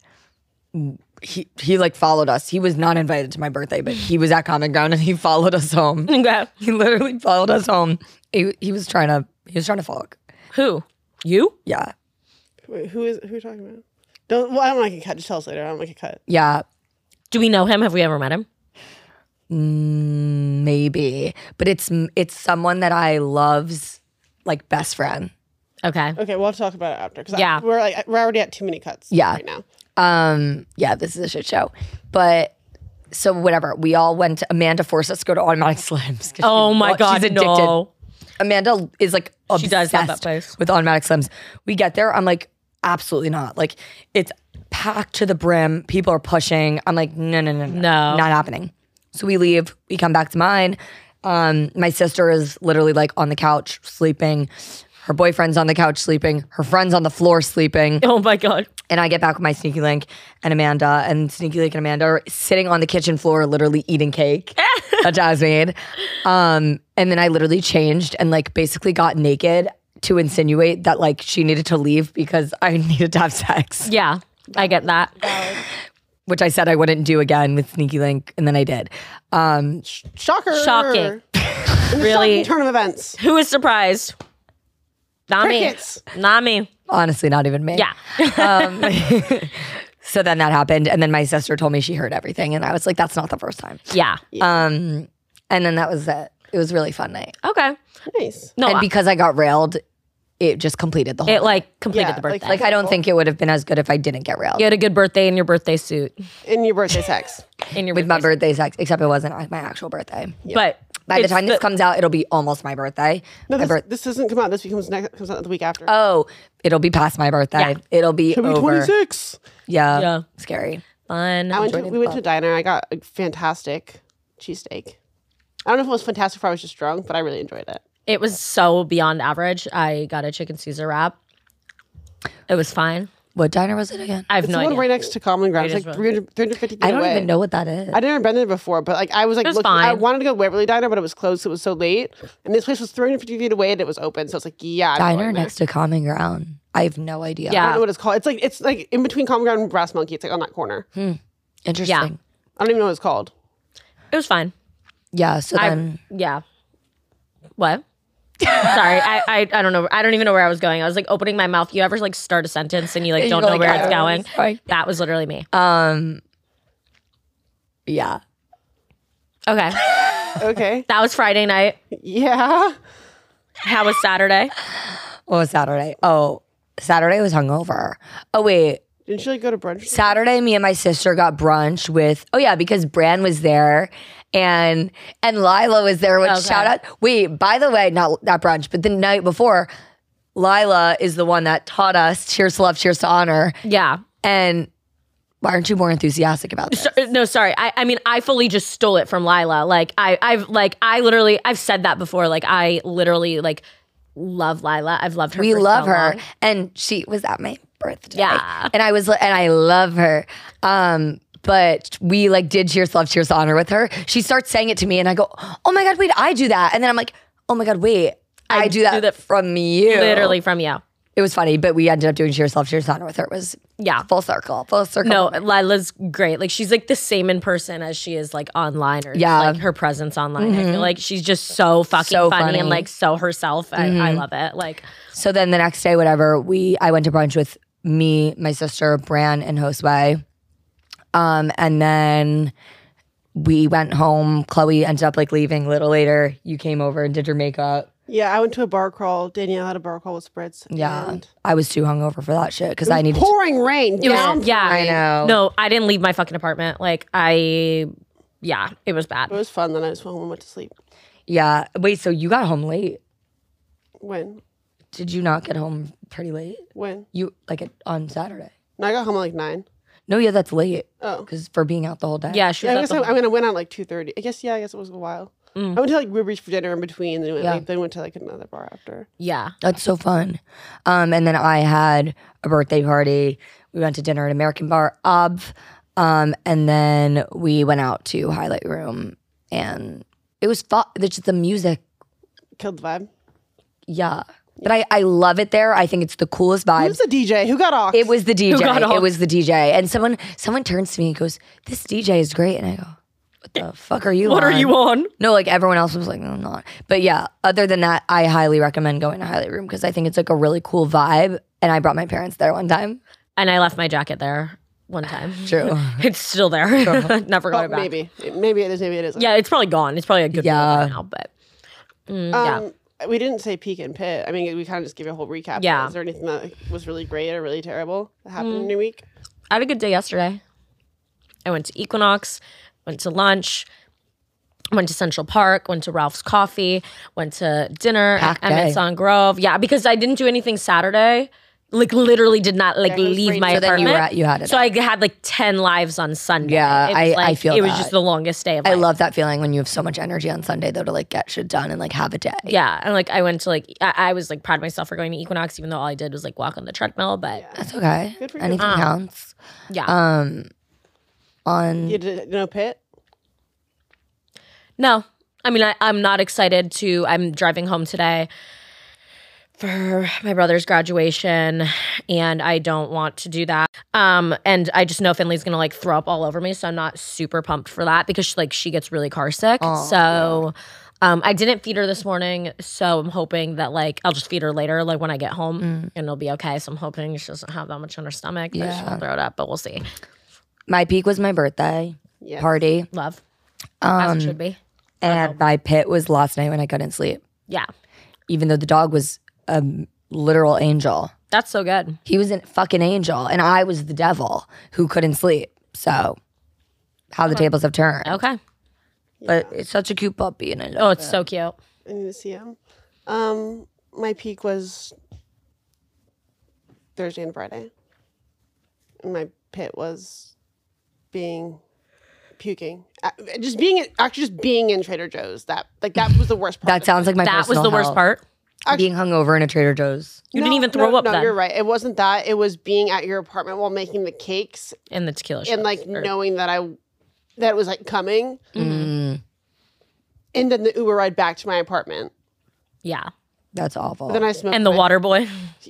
S2: He he like followed us. He was not invited to my birthday, but he was at Common Ground and he followed us home.
S1: Okay.
S2: He literally followed us home. He, he was trying to he was trying to fuck.
S1: Who? You?
S2: Yeah.
S3: Wait, who is who are you talking about? Don't. Well, I don't like a cut. Just tell us later. I don't like a cut.
S2: Yeah.
S1: Do we know him? Have we ever met him?
S2: Maybe. But it's it's someone that I love's like best friend.
S1: Okay.
S3: Okay, we'll have to talk about it after. Cause I-
S1: Yeah.
S3: we're like we're already at too many cuts.
S2: Yeah.
S3: right now.
S2: Um, yeah, this is a shit show. But so whatever. We all went to Amanda forced us to go to automatic slims. 'cause
S1: Oh
S2: she-
S1: my
S2: she's
S1: god,
S2: addicted.
S1: no.
S2: Amanda is like obsessed
S1: She does love that place.
S2: with automatic slims. We get there, I'm like, absolutely not. Like it's packed to the brim. People are pushing. I'm like, no, no, no, no,
S1: No.
S2: not happening. So we leave. We come back to mine. Um, my sister is literally like on the couch sleeping. Her boyfriend's on the couch sleeping. Her friend's on the floor sleeping.
S1: Oh my god.
S2: And I get back with my Sneaky Link and Amanda, and Sneaky Link and Amanda are sitting on the kitchen floor, literally eating cake that Jazz made. Um, and then I literally changed and like basically got naked to insinuate that like she needed to leave because I needed to have sex,
S1: Yeah. I get that.
S2: which I said I wouldn't do again with Sneaky Link, and then I did. Um,
S3: Shocker.
S1: Shocking.
S3: Really.
S1: really.
S3: Turn of events.
S1: Who is surprised? Not me.
S3: Crickets.
S1: Not me.
S2: honestly, not even me.
S1: Yeah.
S2: So then that happened, and then my sister told me she heard everything, and I was like, "That's not the first time."
S1: Yeah.
S2: And then that was it. It was a really fun night,
S1: Okay.
S3: Nice.
S1: No,
S2: and
S1: I-
S2: because I got railed, it just completed the whole.
S1: it like completed
S3: Yeah,
S1: the birthday.
S2: Like
S3: like-
S2: I don't think it would have been as good if I didn't get railed
S1: you had a good birthday in your birthday suit.
S3: In your birthday sex.
S1: In your
S2: with my birthday sex, except it wasn't my actual birthday.
S1: But
S2: By the
S1: it's
S2: time this comes out, it'll be almost my birthday.
S3: No,
S2: My
S3: this,
S2: birth-
S3: this doesn't come out. This becomes next comes out the week after.
S2: oh, it'll be past my birthday.
S1: Yeah.
S2: It'll be
S3: It'll be
S2: over.
S3: 26.
S2: Yeah.
S1: Yeah.
S2: scary.
S1: fun.
S3: I went to, we went to a diner. I got a fantastic cheesesteak. I don't know if it was fantastic or if I was just drunk, but I really enjoyed it.
S1: It was so beyond average. I got a chicken Caesar wrap. It was fine.
S2: What diner was it again?
S1: I have
S3: It's
S1: no
S3: the one
S1: idea.
S3: right next to Common Ground. It's
S1: Raiders
S3: like
S1: Row.
S3: 300, 350 feet
S2: I don't
S3: away.
S2: even know what that is.
S3: I'd never been there before, but like I was like,
S1: was
S3: looking, I
S1: fine.
S3: wanted to go to Waverly Diner, but it was closed. So it was so late, and this place was 350 feet away, and it was open. So it's like, yeah, I'm
S2: diner
S3: going there.
S2: next to Common Ground. I have no idea.
S1: Yeah.
S3: I don't know what it's called. It's like it's like in between Common Ground and Brass Monkey. It's like on that corner.
S2: Hmm.
S3: I
S2: interesting.
S3: don't even know what it's called.
S1: It was fine.
S2: Yeah. so
S1: I-
S2: then
S1: yeah. What? Sorry, I, I I don't know. I don't even know where I was going. I was like opening my mouth. You ever like start a sentence and you like
S2: You
S1: don't
S2: go
S1: know
S2: like,
S1: where
S2: I
S1: it's
S2: don't know where
S1: going?
S2: it's going.
S1: That was literally me.
S2: yeah,
S1: okay,
S3: Okay.
S1: that was Friday night.
S3: yeah.
S1: How was Saturday?
S2: what was Saturday? Oh, Saturday was hungover. Oh wait.
S3: Didn't she like go to brunch?
S2: Saturday, me and my sister got brunch with. Oh yeah, because Bran was there, and and Lila was there. Which
S1: Okay.
S2: shout out. Wait, by the way, not not brunch, but the night before, Lila is the one that taught us cheers to love, cheers to honor.
S1: Yeah.
S2: And why aren't you more enthusiastic about this?
S1: So- no, sorry. I, I mean, I fully just stole it from Lila. Like I, I've like I literally I've said that before. Like I literally like love Lila. I've loved her.
S2: We
S1: for so
S2: love her,
S1: long.
S2: and she was at my birthday.
S1: Yeah.
S2: and I was and I love her. Um. But we like did cheers, to love, cheers, to honor with her. She starts saying it to me, and I go, "Oh my god, wait, I do that." And then I'm like, "Oh my god, wait, I, do, that
S1: do that
S2: from you."
S1: Literally from you.
S2: it was funny, but we ended up doing cheers, to love, cheers, to honor with her. It was
S1: Yeah.
S2: full circle, full circle.
S1: No, Lila's great. Like she's like the same in person as she is like online or
S2: Yeah. Mm-hmm.
S1: like her presence online. I feel like she's just so fucking
S2: So
S1: funny,
S2: funny. Mm-hmm.
S1: and like so herself. I, I love it. Like
S2: So then the next day, whatever, we I went to brunch with me, my sister, Bran, and Josue. Um, and then we went home. Chloe ended up like leaving a little later. You came over and did your makeup.
S3: Yeah, I went to a bar crawl. Danielle had a bar crawl with spreads.
S2: Yeah.
S3: and
S2: I was too hungover for that shit because I needed to
S3: pouring rain. down.
S1: yeah,
S2: I know.
S1: No, I didn't leave my fucking apartment. Like I, yeah, it was bad.
S2: Mm.
S3: It was fun. Then I just went home and went to sleep.
S2: Yeah. Wait, so you got home late.
S3: When?
S2: Did you not get home pretty late?
S3: When?
S2: You like at, on Saturday.
S3: No, I got home at like nine.
S2: No, yeah, that's late.
S3: Oh.
S2: Because for being out the whole day.
S1: Yeah, she
S3: Yeah,
S1: was
S3: I
S1: at
S3: guess
S1: the-
S3: I, I mean, I went out like two thirty. I guess yeah. I guess it was a while. I went to like Ruby's for dinner in between. Then went,
S2: Yeah.
S3: like, then went to like another bar after.
S1: yeah.
S2: That's so fun. Um, and then I had a birthday party. We went to dinner at American Bar Ob. Um, and then we went out to Highlight Room and it was fun. It's just the music.
S3: Killed the vibe.
S2: Yeah. But I, I love it there. I think it's the coolest vibe.
S3: Who's the DJ? Who got off?
S2: It was the DJ.
S1: got
S2: It
S1: off?
S2: was the DJ. And someone someone turns to me and goes, This DJ is great. And I go, what the fuck are you
S1: What are you on?
S2: No, like everyone else was like, no, I'm not. But yeah, other than that, I highly recommend going to Highlight Room because I think it's like a really cool vibe. And I brought my parents there one time.
S1: And I left my jacket there one time.
S2: True.
S1: It's still there. Never got
S3: Oh,
S1: it back.
S3: maybe. Maybe it is, maybe it isn't.
S1: Yeah, it's probably gone. It's probably a good
S2: Yeah.
S1: yeah. now, but mm, yeah.
S3: Um, We didn't say peak and pit. I mean, we kind of just gave you a whole recap.
S1: Yeah. Mm.
S3: Is there anything that was really great or really terrible that happened in your week?
S1: I had a good day yesterday. I went to Equinox, went to lunch, went to Central Park, went to Ralph's Coffee, went to dinner
S2: Packed
S1: at Emmett
S2: day.
S1: Son Grove. Yeah, because I didn't do anything Saturday. Like literally did not like
S3: it was
S1: leave
S3: free.
S1: my
S3: So
S2: then you
S1: apartment.
S2: were at- you had it
S1: So I had like ten lives on Sunday. It
S2: Yeah,
S1: was
S2: I- I
S1: like-
S2: feel
S1: it was
S2: that.
S1: just the longest day of my
S2: I love that feeling when you have so much energy on Sunday, though, to like get shit done and like have a day.
S1: Yeah, and like I went to like I, I was like proud of myself for going to Equinox, even though all I did was like walk on the treadmill. But
S2: That's okay.
S3: for you.
S2: Anything counts.
S1: Um, yeah,
S2: Um, on
S3: You did no pit?
S1: no, I mean I, I'm not excited to. I'm driving home today for my brother's graduation, and I don't want to do that. Um, and I just know Finley's gonna like throw up all over me, so I'm not super pumped for that because she, like she gets really car sick. so. Um, I didn't feed her this morning, so I'm hoping that like I'll just feed her later, like when I get home, and it'll be okay. So I'm hoping she doesn't have that much on her stomach. Yeah. She won't throw it up, but we'll see.
S2: my peak was my birthday
S3: Yes.
S2: party,
S1: Love. As it should be.
S2: and my pit was last night when I couldn't sleep,
S1: Yeah.
S2: even though the dog was a literal angel.
S1: That's so good.
S2: He was a fucking angel, and I was the devil who couldn't sleep. So, how the tables have turned.
S1: Okay.
S2: But it's such a cute puppy, and I
S1: Oh,
S2: love
S1: it's so cute.
S3: I need to see him. Um, my peak was Thursday and Friday. And My pit was being puking, Uh, just being actually just being in Trader Joe's. That like that was the worst part.
S2: That
S3: of
S2: sounds like my
S1: That was
S2: personal
S1: the worst
S2: hell.
S1: part.
S2: Being hungover in a Trader Joe's.
S1: You
S3: No,
S1: didn't even throw
S3: no,
S1: up
S3: No,
S1: then
S3: you're right. It wasn't that. It was being at your apartment while making the cakes
S1: in the tequila shot.
S3: and like knowing that I that it was like coming,
S2: Mm-hmm.
S3: and then the Uber ride back to my apartment.
S1: yeah.
S2: That's awful.
S3: Then I smoked.
S1: And the
S3: my-
S1: water boy.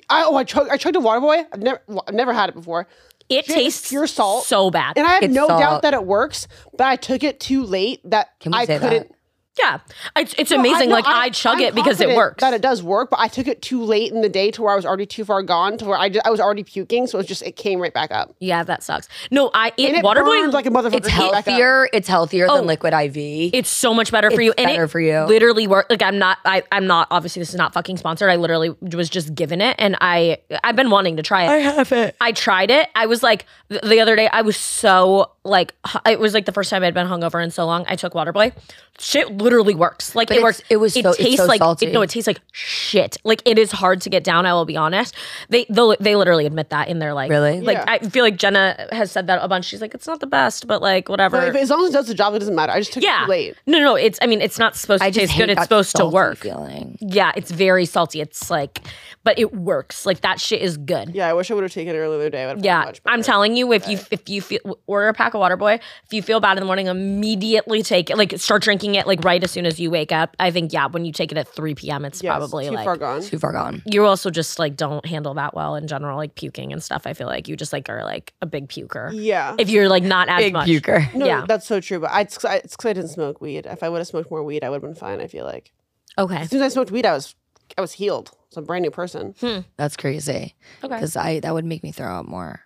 S3: I, oh, I chugged. I chugged a water boy. I've never, well, I've never had it before,
S1: It
S3: Pure-
S1: tastes
S3: pure salt.
S1: so bad.
S3: and I have
S2: It's
S3: no doubt
S2: salt.
S3: that it works. But I took it too late. That
S2: we
S3: I
S2: say that?
S3: couldn't.
S1: yeah. It's, it's
S3: No, I-
S1: amazing.
S3: no,
S1: like I, chug
S3: I'm
S1: it because it
S3: confident
S1: works.
S3: That it does work, but I took it too late in the day to where I was already too far gone, to where I, ju- I was already puking. So it was just it came right back up.
S1: yeah, that sucks. No, I
S3: And
S1: it,
S3: it
S1: water boy
S3: burned like a motherfucker.
S2: it's
S3: came back up.
S2: healthier. It's healthier
S1: Oh.
S2: than liquid IV.
S1: it's so much better for you. and
S2: better
S1: it
S2: for you.
S1: Literally work. Like I'm not. I I'm not. Obviously, this is not fucking sponsored. I literally was just given it, and I I've been wanting to try it. I have it. I tried it. I was like th- the other day. I was so like hu- it was like the first time I'd been hungover in so long. I took Waterboy. Shit, literally works. Like it
S2: it's-
S1: works.
S2: it was so- it's so
S1: like
S2: salty.
S1: It, no. It tastes like shit. Like it is hard to get down. I will be honest. They they'll- they literally admit that in their like
S2: Really?
S1: like
S3: Yeah.
S1: I feel like Jenna has said that a bunch. She's like it's not the best, but like whatever.
S3: But if, as long as it does the job, it doesn't matter. I just took it
S1: Yeah.
S3: too late.
S1: No, no, it's. I mean, it's not supposed to
S2: I just
S1: taste
S2: hate
S1: good. It's
S2: that
S1: supposed to
S2: salty
S1: work.
S2: Feeling.
S1: Yeah, it's very salty. It's like, but it works. Like that shit is good. Yeah,
S3: Yeah, I wish I would have taken it earlier in the day. I would've felt much better.
S1: I'm telling you, if you if you feel, order a pack of Water Boy, if you feel bad in the morning, immediately take it. Like start drinking it like right as soon as you wake up. I think yeah, when you take it at 3 p.m., it's
S3: Yes,
S1: probably
S3: too
S1: like
S3: far gone.
S2: Too far gone.
S1: you also just like don't handle that well in general, like puking and stuff. I feel like you just like are like a big puker.
S3: Yeah.
S1: If you're like not as
S2: Big
S1: much.
S2: puker.
S3: No,
S1: yeah.
S3: that's so true. But I, it's because I didn't smoke weed. If I would have smoked more weed, I would have been fine. I feel like
S1: Okay.
S3: as soon as I smoked weed, I was I was healed. I was a brand new person.
S1: Hmm.
S2: That's crazy.
S1: Okay.
S2: Because I that would make me throw up more.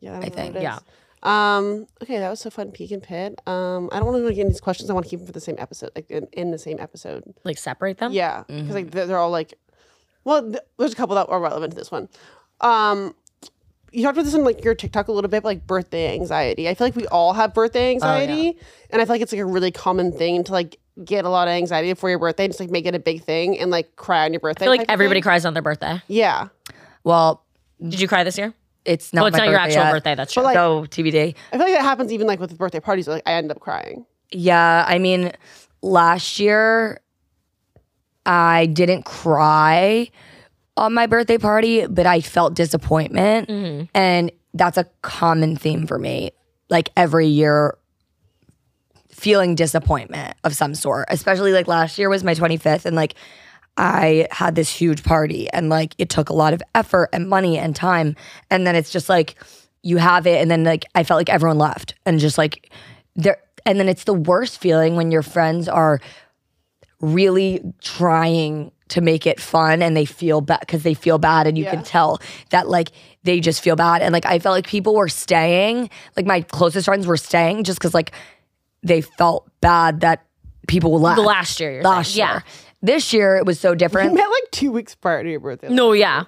S3: Yeah,
S2: I think,
S1: Yeah.
S3: Um. Okay, that was so fun. Peek and pit. Um. I don't want to get into these questions. I want to keep them for the same episode, like in, in the same episode.
S1: Like separate them. Mm-hmm.
S3: Yeah, because like they're, they're all like, well, th- there's a couple that are relevant to this one. Um, you talked about this in like your TikTok a little bit, but, like birthday anxiety. I feel like we all have
S1: Oh,
S3: birthday anxiety, and I feel like it's like a really common thing to like get a lot of anxiety before your birthday, and just like make it a big thing and like cry on your birthday.
S1: I feel like
S3: type of
S1: everybody
S3: thing.
S1: cries on their birthday.
S3: Yeah,
S2: Well,
S1: Did you cry this year?
S2: it's not.
S1: well, it's
S2: my
S1: not your actual
S2: yet.
S1: birthday. That's true.
S3: like-
S2: so TBD.
S3: I feel like that happens even like with birthday parties. Like I end up crying.
S2: Yeah, I mean, last year I didn't cry on my birthday party, but I felt disappointment. And that's a common theme for me. Like every year, feeling disappointment of some sort, especially like last year was my 25th. And like I had this huge party and like it took a lot of effort and money and time. And then it's just like you have it. And then like I felt like everyone left and just like there, And then it's the worst feeling when your friends are really trying to make it fun and they feel bad because they feel bad and you
S3: Yeah.
S2: can tell that like they just feel bad and like i felt like people were staying like my closest friends were staying just because like they felt bad that people would laugh
S1: The last year, you're
S2: last
S1: saying.
S2: year this year it was so
S3: We
S2: different
S3: met like two weeks prior to your birthday.
S1: Yeah. No, yeah,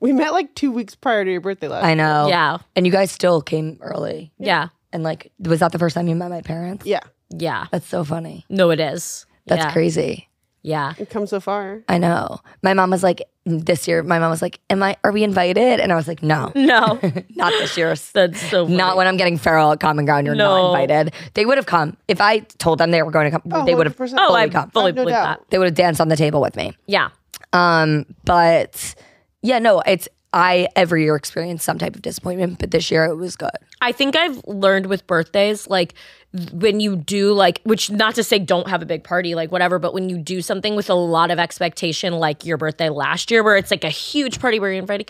S3: We met like two weeks prior to your birthday last
S2: i know
S1: yeah,
S2: and you guys still came early
S1: yeah,
S2: and like was that the first time you met my parents
S3: Yeah.
S1: yeah.
S2: that's so funny
S1: No, it is.
S2: that's
S1: yeah.
S2: crazy
S1: Yeah.
S3: We've come so far.
S2: i know my mom was like this year my mom was like am i are we invited and i was like no
S1: No,
S2: not this year
S1: that's so funny.
S2: Not when I'm getting feral at Common Ground. You're
S1: No.
S2: not invited. They would have come if I told them they were going to come.
S3: Oh,
S2: they would have.
S3: 100%.
S1: Oh,
S2: fully
S1: I
S2: come.
S1: fully
S3: I've no
S1: believe
S3: doubt.
S1: that.
S2: They would have danced on the table with me.
S1: Yeah.
S2: Um, but yeah, no, it's I every year experience some type of disappointment, but this year it was good.
S1: I think I've learned with birthdays, like th- when you do like, which not to say don't have a big party, like whatever, but when you do something with a lot of expectation, like your birthday last year, where it's like a huge party where you're inviting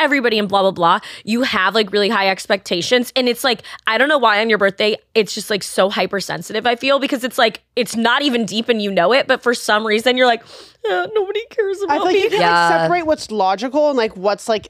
S1: everybody and blah blah blah, you have like really high expectations, and it's like I don't know why on your birthday it's just like so hypersensitive. I feel because it's like it's not even deep and you know it, but for some reason you're like "Uh, nobody cares
S3: I
S1: about
S3: feel like you
S1: me.
S3: can
S2: Yeah.
S3: like separate what's logical and like what's like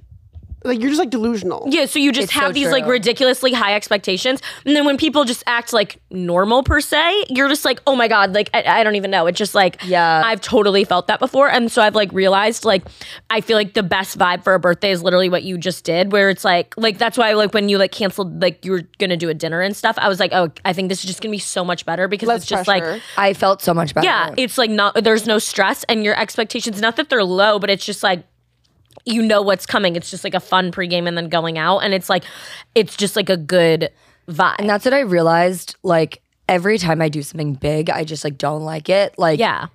S3: like you're just like delusional.
S1: Yeah, so you just
S2: It's
S1: have
S2: so
S1: these like
S2: true.
S1: ridiculously high expectations. And then when people just act like normal per se, you're just like, oh my God, like I, I don't even know. It's just like,
S2: Yeah.
S1: I've totally felt that before. And so I've like realized like, I feel like the best vibe for a birthday is literally what you just did, where it's like, like that's why like when you like canceled, like you were gonna do a dinner and stuff, I was like, oh, I think this is just gonna be so much better because
S3: Less
S1: it's just
S3: pressure.
S1: like,
S2: I felt so much better.
S1: yeah, it's like not, there's no stress and your expectations, not that they're low, but it's just like, you know what's coming. It's just like a fun pregame and then going out. And it's like, it's just like a good vibe.
S2: And that's what I realized. Like every time I do something big, I just like don't like it. Like
S1: Yeah.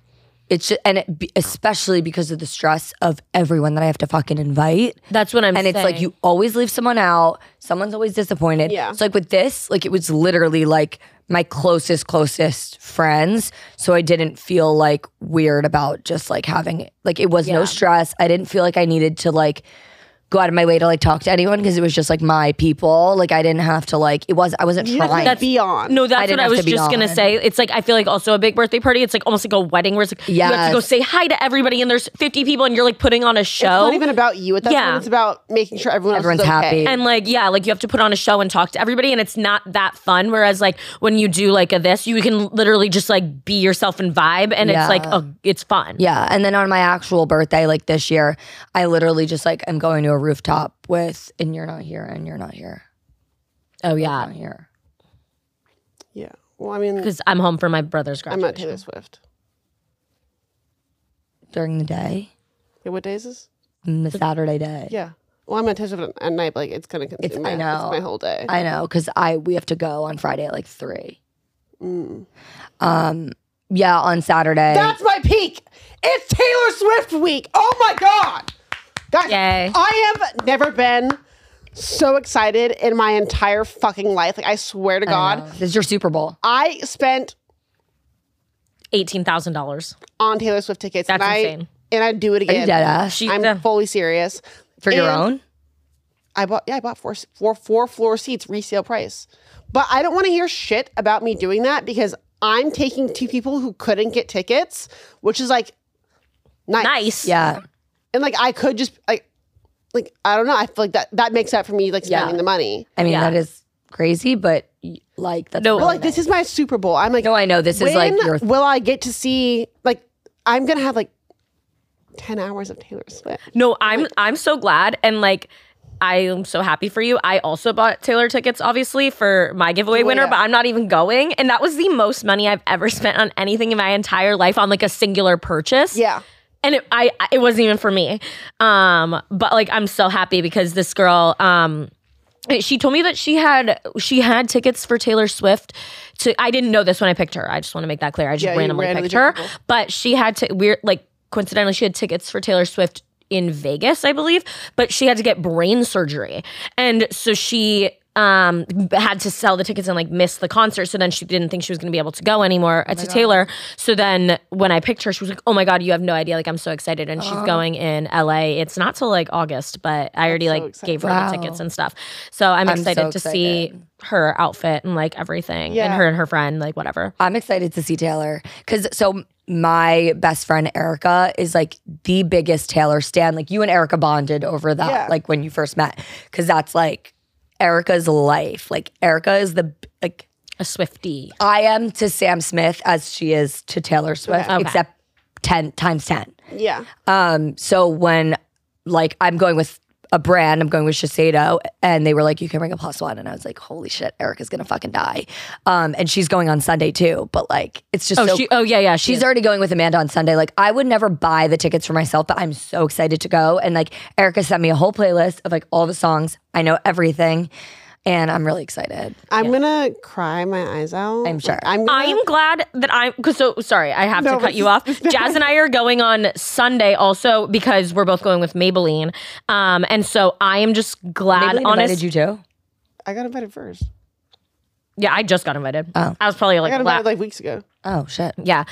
S2: it's just, and it, be- especially because of the stress of everyone that I have to fucking invite.
S1: That's what I'm
S2: and it's like
S1: saying.
S2: you always leave someone out. Someone's always disappointed.
S3: Yeah.
S2: So like with this, like it was literally like my closest, closest friends. So I didn't feel like weird about just like having like it was no stress. I didn't feel like I needed to like go out of my way to like talk to anyone because it was just like my people. Like I didn't have to like it was I wasn't
S3: You
S2: trying.
S3: that's beyond.
S1: No, that's
S2: didn't
S1: what I
S2: have
S1: was
S2: to be
S1: just gonna
S2: on.
S1: say. It's like I feel like also a big birthday party. It's like almost like a wedding where it's like you have to go
S2: Yes.
S1: say hi to everybody, and there's 50 people, and you're like putting on a show.
S3: It's not even about you at that
S1: Yeah.
S3: point. It's about making sure everyone else is
S2: Everyone's
S3: okay.
S2: happy.
S1: and like yeah like you have to put on a show and talk to everybody and it's not that fun whereas like when you do like a this you can literally just like be yourself and vibe and
S2: Yeah.
S1: it's like a, it's fun
S2: Yeah. And then on my actual birthday, like this year, I literally just like I'm going to a rooftop with and you're not here and you're not here.
S1: oh
S2: I'm
S1: yeah
S2: not here.
S3: Yeah. Well, I mean,
S1: because i'm home for my brother's
S3: I'm
S1: graduation
S3: at Taylor Swift.
S2: During the day.
S3: Yeah, what day is this?
S2: on the Saturday day.
S3: Yeah. Well, I'm at Taylor Swift at night, but like it's gonna consume
S2: It's-
S3: my,
S2: I know.
S3: It's my whole day.
S2: I know because I we have to go on Friday at like three.
S3: Mm.
S2: Um, yeah, on Saturday.
S3: That's my peak. It's Taylor Swift week. Oh my god, guys!
S1: Yay.
S3: I have never been so excited in my entire fucking life. Like I swear to
S2: I
S3: God,
S2: know. Uh, this is your Super Bowl.
S3: I spent
S1: $18000
S3: on Taylor Swift tickets.
S1: That's
S3: and I,
S1: insane.
S3: And I'd do it
S2: Are you
S3: again.
S2: dead ass
S1: she
S3: I'm
S1: uh,
S3: fully serious.
S2: for your
S3: and-
S2: own?
S3: I bought yeah, I bought four four four floor seats resale price. But I don't want to hear shit about me doing that because I'm taking two people who couldn't get tickets, which is like nice.
S1: nice
S2: Yeah,
S3: And like I could just like like I don't know. I feel like that that makes up for me like spending
S2: Yeah.
S3: the money.
S2: I mean
S1: Yeah.
S2: that is crazy, but y- like that's
S1: No,
S2: really
S1: but,
S3: Like this is my Super Bowl. I'm like
S2: nice. no, I know this
S3: when
S2: is like your
S3: will I get to see like I'm gonna have like ten hours of Taylor Swift.
S1: No, I'm I'm so glad and like I am so happy for you. I also bought Taylor tickets, obviously, for my giveaway winner,
S3: yeah.
S1: but I'm not even going. And that was the most money I've ever spent on anything in my entire life on like a singular purchase.
S3: Yeah.
S1: And it, I I- it wasn't even for me. Um, but like I'm so happy because this girl, um, she told me that she had she had tickets for Taylor Swift. To I didn't know this when I picked her. I just want to make that clear. I just
S3: Yeah, you
S1: randomly,
S3: randomly
S1: picked her,
S3: picked people.
S1: but she had to weird like coincidentally she had tickets for Taylor Swift in Vegas, I believe, but she had to get brain surgery, and so she um had to sell the tickets and like miss the concert so then she didn't think she was going to be able to go anymore uh, to taylor so then when i picked her she was like oh my god you have no idea like i'm so excited and she's going in la it's not till like august but i already like gave her the tickets and stuff so i'm, excited
S2: so
S1: to see her outfit and like everything and
S3: Yeah.
S1: her and her friend like whatever
S2: I'm excited to see Taylor because so my best friend Erica is like the biggest Taylor stan. Like you and Erica bonded over that,
S3: Yeah.
S2: like when you first met, because that's like Erica's life. Like Erica is the like
S1: a swifty
S2: I am to Sam Smith as she is to Taylor Swift,
S1: Okay.
S2: except ten times ten.
S3: Yeah.
S2: Um, so when like I'm going with a brand, I'm going with Shiseido, and they were like, "You can bring a plus one," and I was like, "Holy shit, Erica's gonna fucking die," um, and she's going on Sunday too. But like, it's just
S1: oh
S2: so
S1: she oh yeah yeah she's
S2: She's already going with Amanda on Sunday. Like, I would never buy the tickets for myself, but I'm so excited to go. And like, Erica sent me a whole playlist of like all the songs. I know everything, and I'm really excited.
S3: I'm gonna cry my eyes out. I'm
S2: sure.
S3: I'm gonna,
S1: I'm glad that I'm because so sorry, I have
S3: No,
S1: to cut
S3: it's-
S1: you off. Jazz and I are going on Sunday also because we're both going with Maybelline. Um, and so I am just glad
S2: Maybelline
S1: honest.
S2: invited you too.
S3: I got invited first.
S1: yeah, I just got invited. I was probably
S3: I got
S1: like, la-
S3: invited like weeks ago.
S2: Oh shit!
S1: yeah.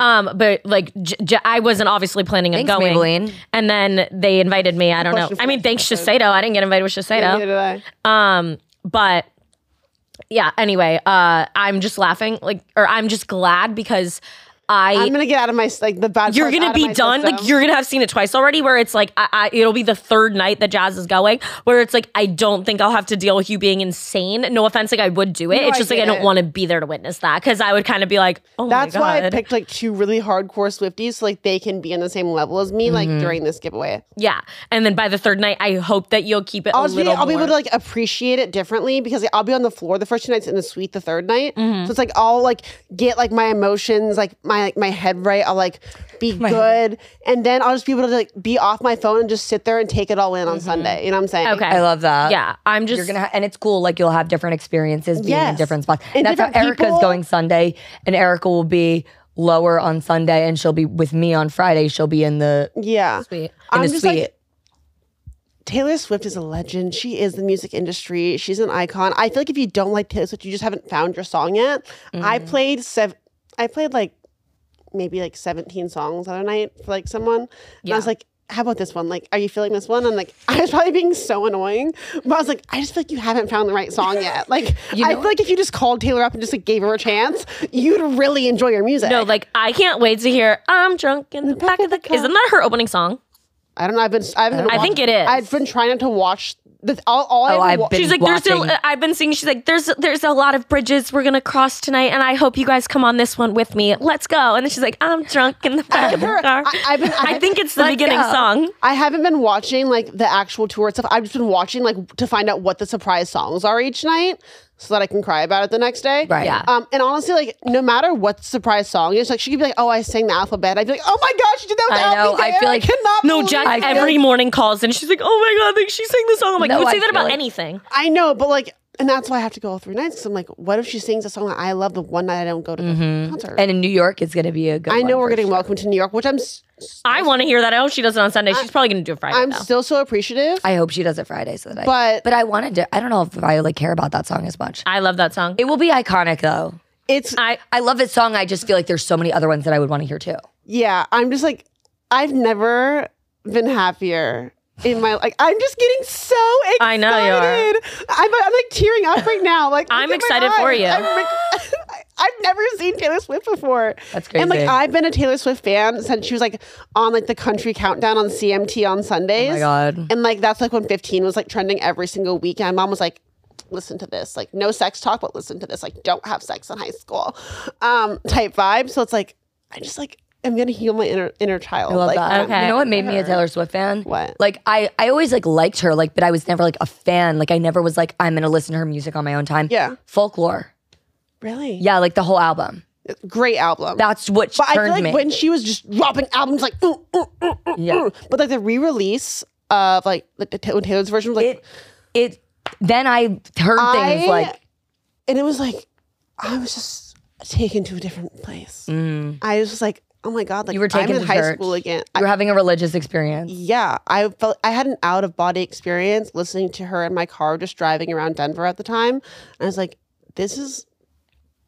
S1: Um, but like j- j- I wasn't obviously planning on
S2: Thanks,
S1: going.
S2: Maybelline.
S1: And then they invited me. I don't know.
S3: Question for
S1: I mean,
S3: us,
S1: thanks Shiseido. I didn't get invited with Shiseido.
S3: Neither did I.
S1: Um, but yeah, anyway, uh I'm just laughing, like or I'm just glad because I
S3: I'm gonna get out of my like the bad.
S1: you're
S3: part's
S1: gonna
S3: out of
S1: be
S3: my
S1: done. oh Like
S3: system.
S1: you're gonna have seen it twice already. Where it's like I, I, it'll be the third night that Jazz is going. Where it's like I don't think I'll have to deal with you being insane. No offense, like I would do it. it's
S3: I
S1: just like
S3: get
S1: I don't
S3: it.
S1: want to be there to witness that because I would kind of be like, oh
S3: That's
S1: my
S3: why
S1: god,
S3: I picked like two really hardcore Swifties, so like they can be on the same level as me, like during this giveaway.
S1: yeah. And then by the third night, I hope that you'll keep it
S3: I'll,
S1: a
S3: just be,
S1: little.
S3: I'll be
S1: more.
S3: able to like appreciate it differently because like, I'll be on the floor the first two nights in the suite the third night.
S1: Mm-hmm.
S3: So it's like I'll like get like my emotions, like my like, my head right. I'll like be good, and then I'll just be able to like be off my phone and just sit there and take it all in on Sunday. You know what I'm saying?
S1: Mm-hmm. okay,
S2: I love that.
S1: Yeah, I'm just
S2: You're gonna ha- and it's cool. Like you'll have different experiences being in
S3: Yes.
S2: different spots.
S3: And
S2: That's how
S3: different
S2: Erica's
S3: people.
S2: going Sunday, and Erica will be lower on Sunday, and she'll be with me on Friday. She'll be in the in
S3: Yeah.
S1: Sweet.
S3: I'm
S2: the
S3: just
S2: suite.
S3: like Taylor Swift is a legend. She is the music industry. She's an icon. I feel like if you don't like Taylor Swift, you just haven't found your song yet. I
S1: Mm.
S3: played seven. I played like maybe like 17 songs the other night for like someone, and I was like. How about this one? Like, are you feeling this one? I'm like, I was probably being so annoying, but I was like, I just feel like you haven't found the right song yet. Like, I feel like if you just called Taylor up and just like gave her a chance, you'd really enjoy your music.
S1: no, like I can't wait to hear "I'm drunk in the back of the." Car. Isn't that her opening song?
S3: I don't know. I've been. I haven't.
S1: I think it is.
S3: I've been trying not to watch. The, all, all
S2: Oh, I've
S3: I've, wa-
S2: been-
S1: She's like, there's
S2: watching.
S1: a, I've been seeing. She's like, there's there's a lot of bridges we're gonna cross tonight, and I hope you guys come on this one with me. Let's go. And then she's like, I'm drunk in the back of the car.
S3: I, have been.
S1: I think it's the
S2: Let's
S1: beginning
S2: go.
S1: song.
S3: I haven't been watching like the actual tour stuff. I've just been watching like to find out what the surprise songs are each night, so that I can cry about it the next day.
S2: Right. Yeah.
S3: Um. And honestly, like no matter what the surprise song is, like she could be like, "Oh, I sang the alphabet." I'd be like, "Oh my gosh, she did that with
S2: I
S3: the
S2: know.
S3: alphabet."
S2: I feel like-
S3: cannot.
S1: No,
S3: believe
S1: Jack
S3: it."
S1: every morning calls and she's like, oh my god, like she sang the song. I'm like,
S2: No,
S1: you would
S2: I
S1: say that
S2: feel
S1: about
S2: like-
S1: anything.
S3: I know, but like, and that's why I have to go all three nights. 'cause I'm like, what if she sings a song that I love the one night I don't go to the concert?
S2: and in New York, it's gonna be a good.
S3: I know
S2: one
S3: we're
S2: for
S3: getting
S2: sure.
S3: welcome to New York, which I'm. s-
S1: I want to hear that. I hope she does it on Sunday. She's probably gonna do it Friday
S3: I'm
S1: though.
S3: still so appreciative.
S2: I hope she does it Friday so that I.
S3: But-
S2: but I wanted to. I don't know if I like care about that song as much.
S1: I love that song.
S2: It will be iconic though.
S3: It's
S1: I
S2: I love this song. I just feel like there's so many other ones that I would want to hear too.
S3: yeah. I'm just like I've never been happier in my like. I'm just getting so excited.
S1: I know you are.
S3: I'm, I'm like tearing up right now. Like
S1: I'm
S3: look at my
S1: excited for
S3: eyes.
S1: you.
S3: I'm, like, I've never seen Taylor Swift before.
S2: That's
S3: And like
S2: crazy.
S3: I've been a Taylor Swift fan since she was like on like the country countdown on CMT on Sundays.
S2: Oh God.
S3: And like that's like when 15 was like trending every single week. And my mom was like, listen to this. Like no sex talk, but listen to this. Like don't have sex in high school. Um, type vibe. So it's like I just like I'm gonna heal my inner inner child.
S2: I love
S3: like,
S2: that.
S3: I'm-
S1: Okay.
S2: You know what made me a Taylor Swift fan?
S3: What?
S2: Like I, I always like liked her, like, but I was never like a fan. Like I never was like, I'm gonna listen to her music on my own time.
S3: Yeah.
S2: Folklore.
S3: Really?
S2: Yeah, like the whole album.
S3: Great album.
S2: That's what
S3: but I feel
S2: turned
S3: like
S2: me.
S3: when she was just dropping albums like ooh, ooh, ooh, ooh,
S2: Yeah.
S3: ooh. but like the re-release of like the, the when Taylor's version was like
S2: it it then I heard
S3: I-
S2: things like
S3: and it was like I was just taken to a different place. I was just like, oh my god, like
S2: Mm. You were taken
S3: I'm in
S2: to
S3: high
S2: church.
S3: school again.
S2: You
S3: I,
S2: were having a religious experience.
S3: yeah, I felt I had an out of body experience listening to her in my car, just driving around Denver at the time. And I was like, this is,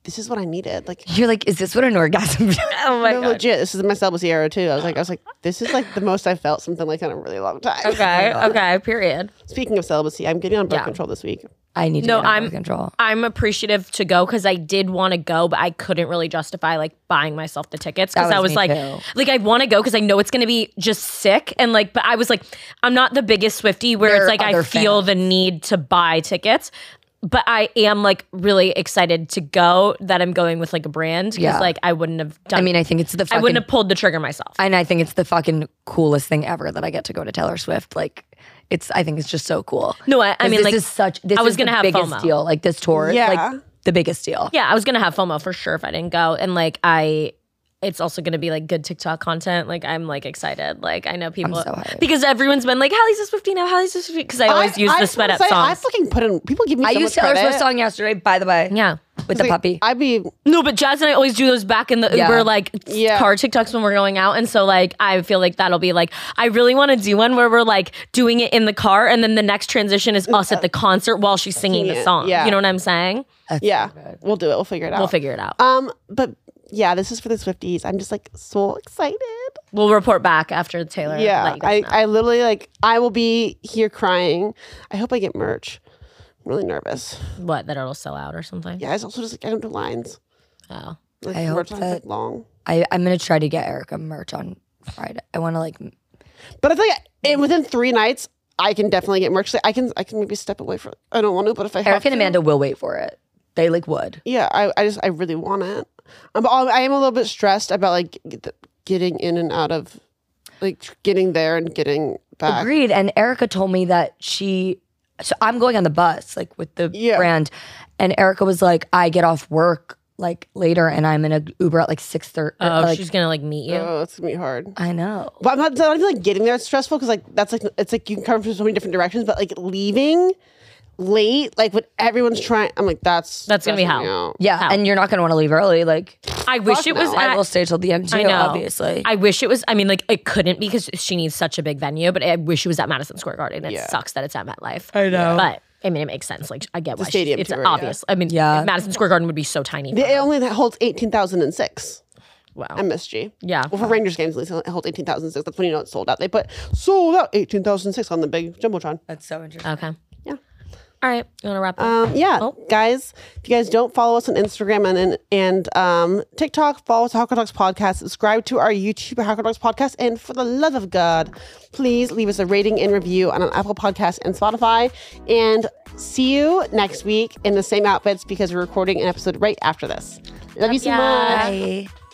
S3: this is what I needed. Like.
S2: You're like, is this what an orgasm? feels-
S1: Oh my
S3: no,
S1: god.
S3: legit. This is myself with Sierra too. I was like, I was like, this is like the most I felt something like that in a really long time.
S1: Okay. Okay. Period.
S3: Speaking of celibacy, I'm getting on birth
S1: Yeah.
S3: control this week.
S2: I need to
S1: No,
S2: get on
S1: I'm-
S2: birth control.
S1: I'm appreciative to go because I did want to go, but I couldn't really justify like buying myself the tickets because
S2: That
S1: I
S2: was
S1: was
S2: me
S1: like,
S2: too.
S1: like I want to go because I know it's going to be just sick and like, but I was like, I'm not the biggest Swifty where
S2: There
S1: it's
S2: are
S1: like I
S2: other
S1: feel the need to buy tickets, but I am like really excited to go that I'm going with like a brand because
S2: Yeah.
S1: like I wouldn't have done,
S2: I mean, I think it's the
S1: I
S2: fucking,
S1: wouldn't have pulled the trigger myself.
S2: and I think it's the fucking coolest thing ever that I get to go to Taylor Swift. Like, it's I think it's just so cool.
S1: No, I- I
S2: 'Cause
S1: mean,
S2: this
S1: like,
S2: is such. This
S1: I was
S2: is the
S1: gonna have
S2: biggest
S1: FOMO.
S2: deal. Like this tour, yeah.
S3: Yeah.
S2: like the biggest deal.
S1: yeah, I was gonna have FOMO for sure if I didn't go, and like I, it's also gonna be like good TikTok content. Like I'm like excited. Like I know people
S2: so hyped.
S1: because everyone's been like, "Hallie's a Swiftie now, Hallie's a Swiftie," because I always use the
S3: just
S1: sweat
S3: wanna
S1: up
S3: say, I
S1: songs.
S3: fucking put in. People give me.
S2: I
S3: so
S2: used
S3: much
S2: Taylor
S3: credit.
S2: Swift song yesterday, by the way.
S1: yeah.
S2: with the
S3: Like,
S2: puppy.
S3: I'd be.
S1: No, but Jazz and I always do those back in the
S2: Yeah.
S1: Uber like
S3: Yeah.
S1: car TikToks when we're going out, and so like I feel like that'll be like I really want to do one where we're like doing it in the car, and then the next transition is us at the concert while she's singing the
S3: Yeah.
S1: song.
S3: Yeah.
S1: You know what I'm saying?
S3: Yeah, we'll do it. We'll figure it out.
S1: We'll figure it out.
S3: Um, but yeah, this is for the Swifties. I'm just like so excited.
S1: We'll report back after Taylor.
S3: Yeah,
S1: let you guys
S3: I,
S1: know.
S3: I literally like I will be here crying. I hope I get merch. I'm really nervous.
S1: what that it'll sell out or something.
S3: Yeah, it's also just like I don't do lines.
S1: Oh.
S3: Like,
S2: I hope
S3: merch lines,
S2: that-
S3: like, long.
S2: I, I'm gonna try to get Erica merch on Friday. I want to like.
S3: But I feel like and within three nights, I can definitely get merch. Like, I can I can maybe step away for. I don't want to, but if I have
S2: Erica and
S3: to-
S2: Amanda will wait for it. They like would.
S3: yeah, I, I just I really want it. I'm all- I am a little bit stressed about like get the- getting in and out of like tr- getting there and getting back.
S2: Agreed. And Erica told me that she. So I'm going on the bus like with the
S3: Yeah.
S2: brand, and Erica was like, I get off work like later, and I'm in a Uber at like six thirty.
S1: Oh,
S2: like,
S1: she's gonna like meet you.
S3: Oh, it's gonna be hard.
S2: I know.
S3: But I'm not, it's not even like getting there is stressful because like that's like it's like you can come from so many different directions, but like leaving late, like when everyone's trying, I'm like that's
S1: That's gonna be
S3: stressing me
S1: hell.
S3: out.
S2: Yeah, and you're not gonna want to leave early. Like
S1: I wish it was.
S3: no.
S1: At,
S2: I will stay till the end too.
S1: I know.
S2: Obviously,
S1: I wish it was. I mean, like it couldn't because she needs such a big venue. But I wish it was at Madison Square Garden. It
S3: Yeah.
S1: sucks that it's at MetLife. I know, but. I mean, it makes sense. Like, I get why. she-
S3: stadium
S1: it's
S3: tour, yeah.
S1: obvious. I mean,
S2: Yeah.
S1: Madison Square Garden would be so tiny.
S3: It only holds eighteen thousand and six.
S1: wow.
S3: MSG.
S1: Yeah.
S3: Well, for Rangers games, at least it holds eighteen thousand six. That's when you know it's sold out. They put sold out eighteen thousand six on the big jumbotron.
S2: that's so interesting.
S1: okay.
S3: Yeah.
S1: All right. You want to wrap up?
S3: Um, yeah, guys, if you guys don't follow us on Instagram and and um, TikTok, follow us at Hawker Talks Podcast. Subscribe to our YouTube at Hawker Talks Podcast, and for the love of God, please leave us a rating and review on an Apple Podcast and Spotify. And see you next week in the same outfits because we're recording an episode right after this. Love you so
S1: ya.
S3: much.
S2: Bye.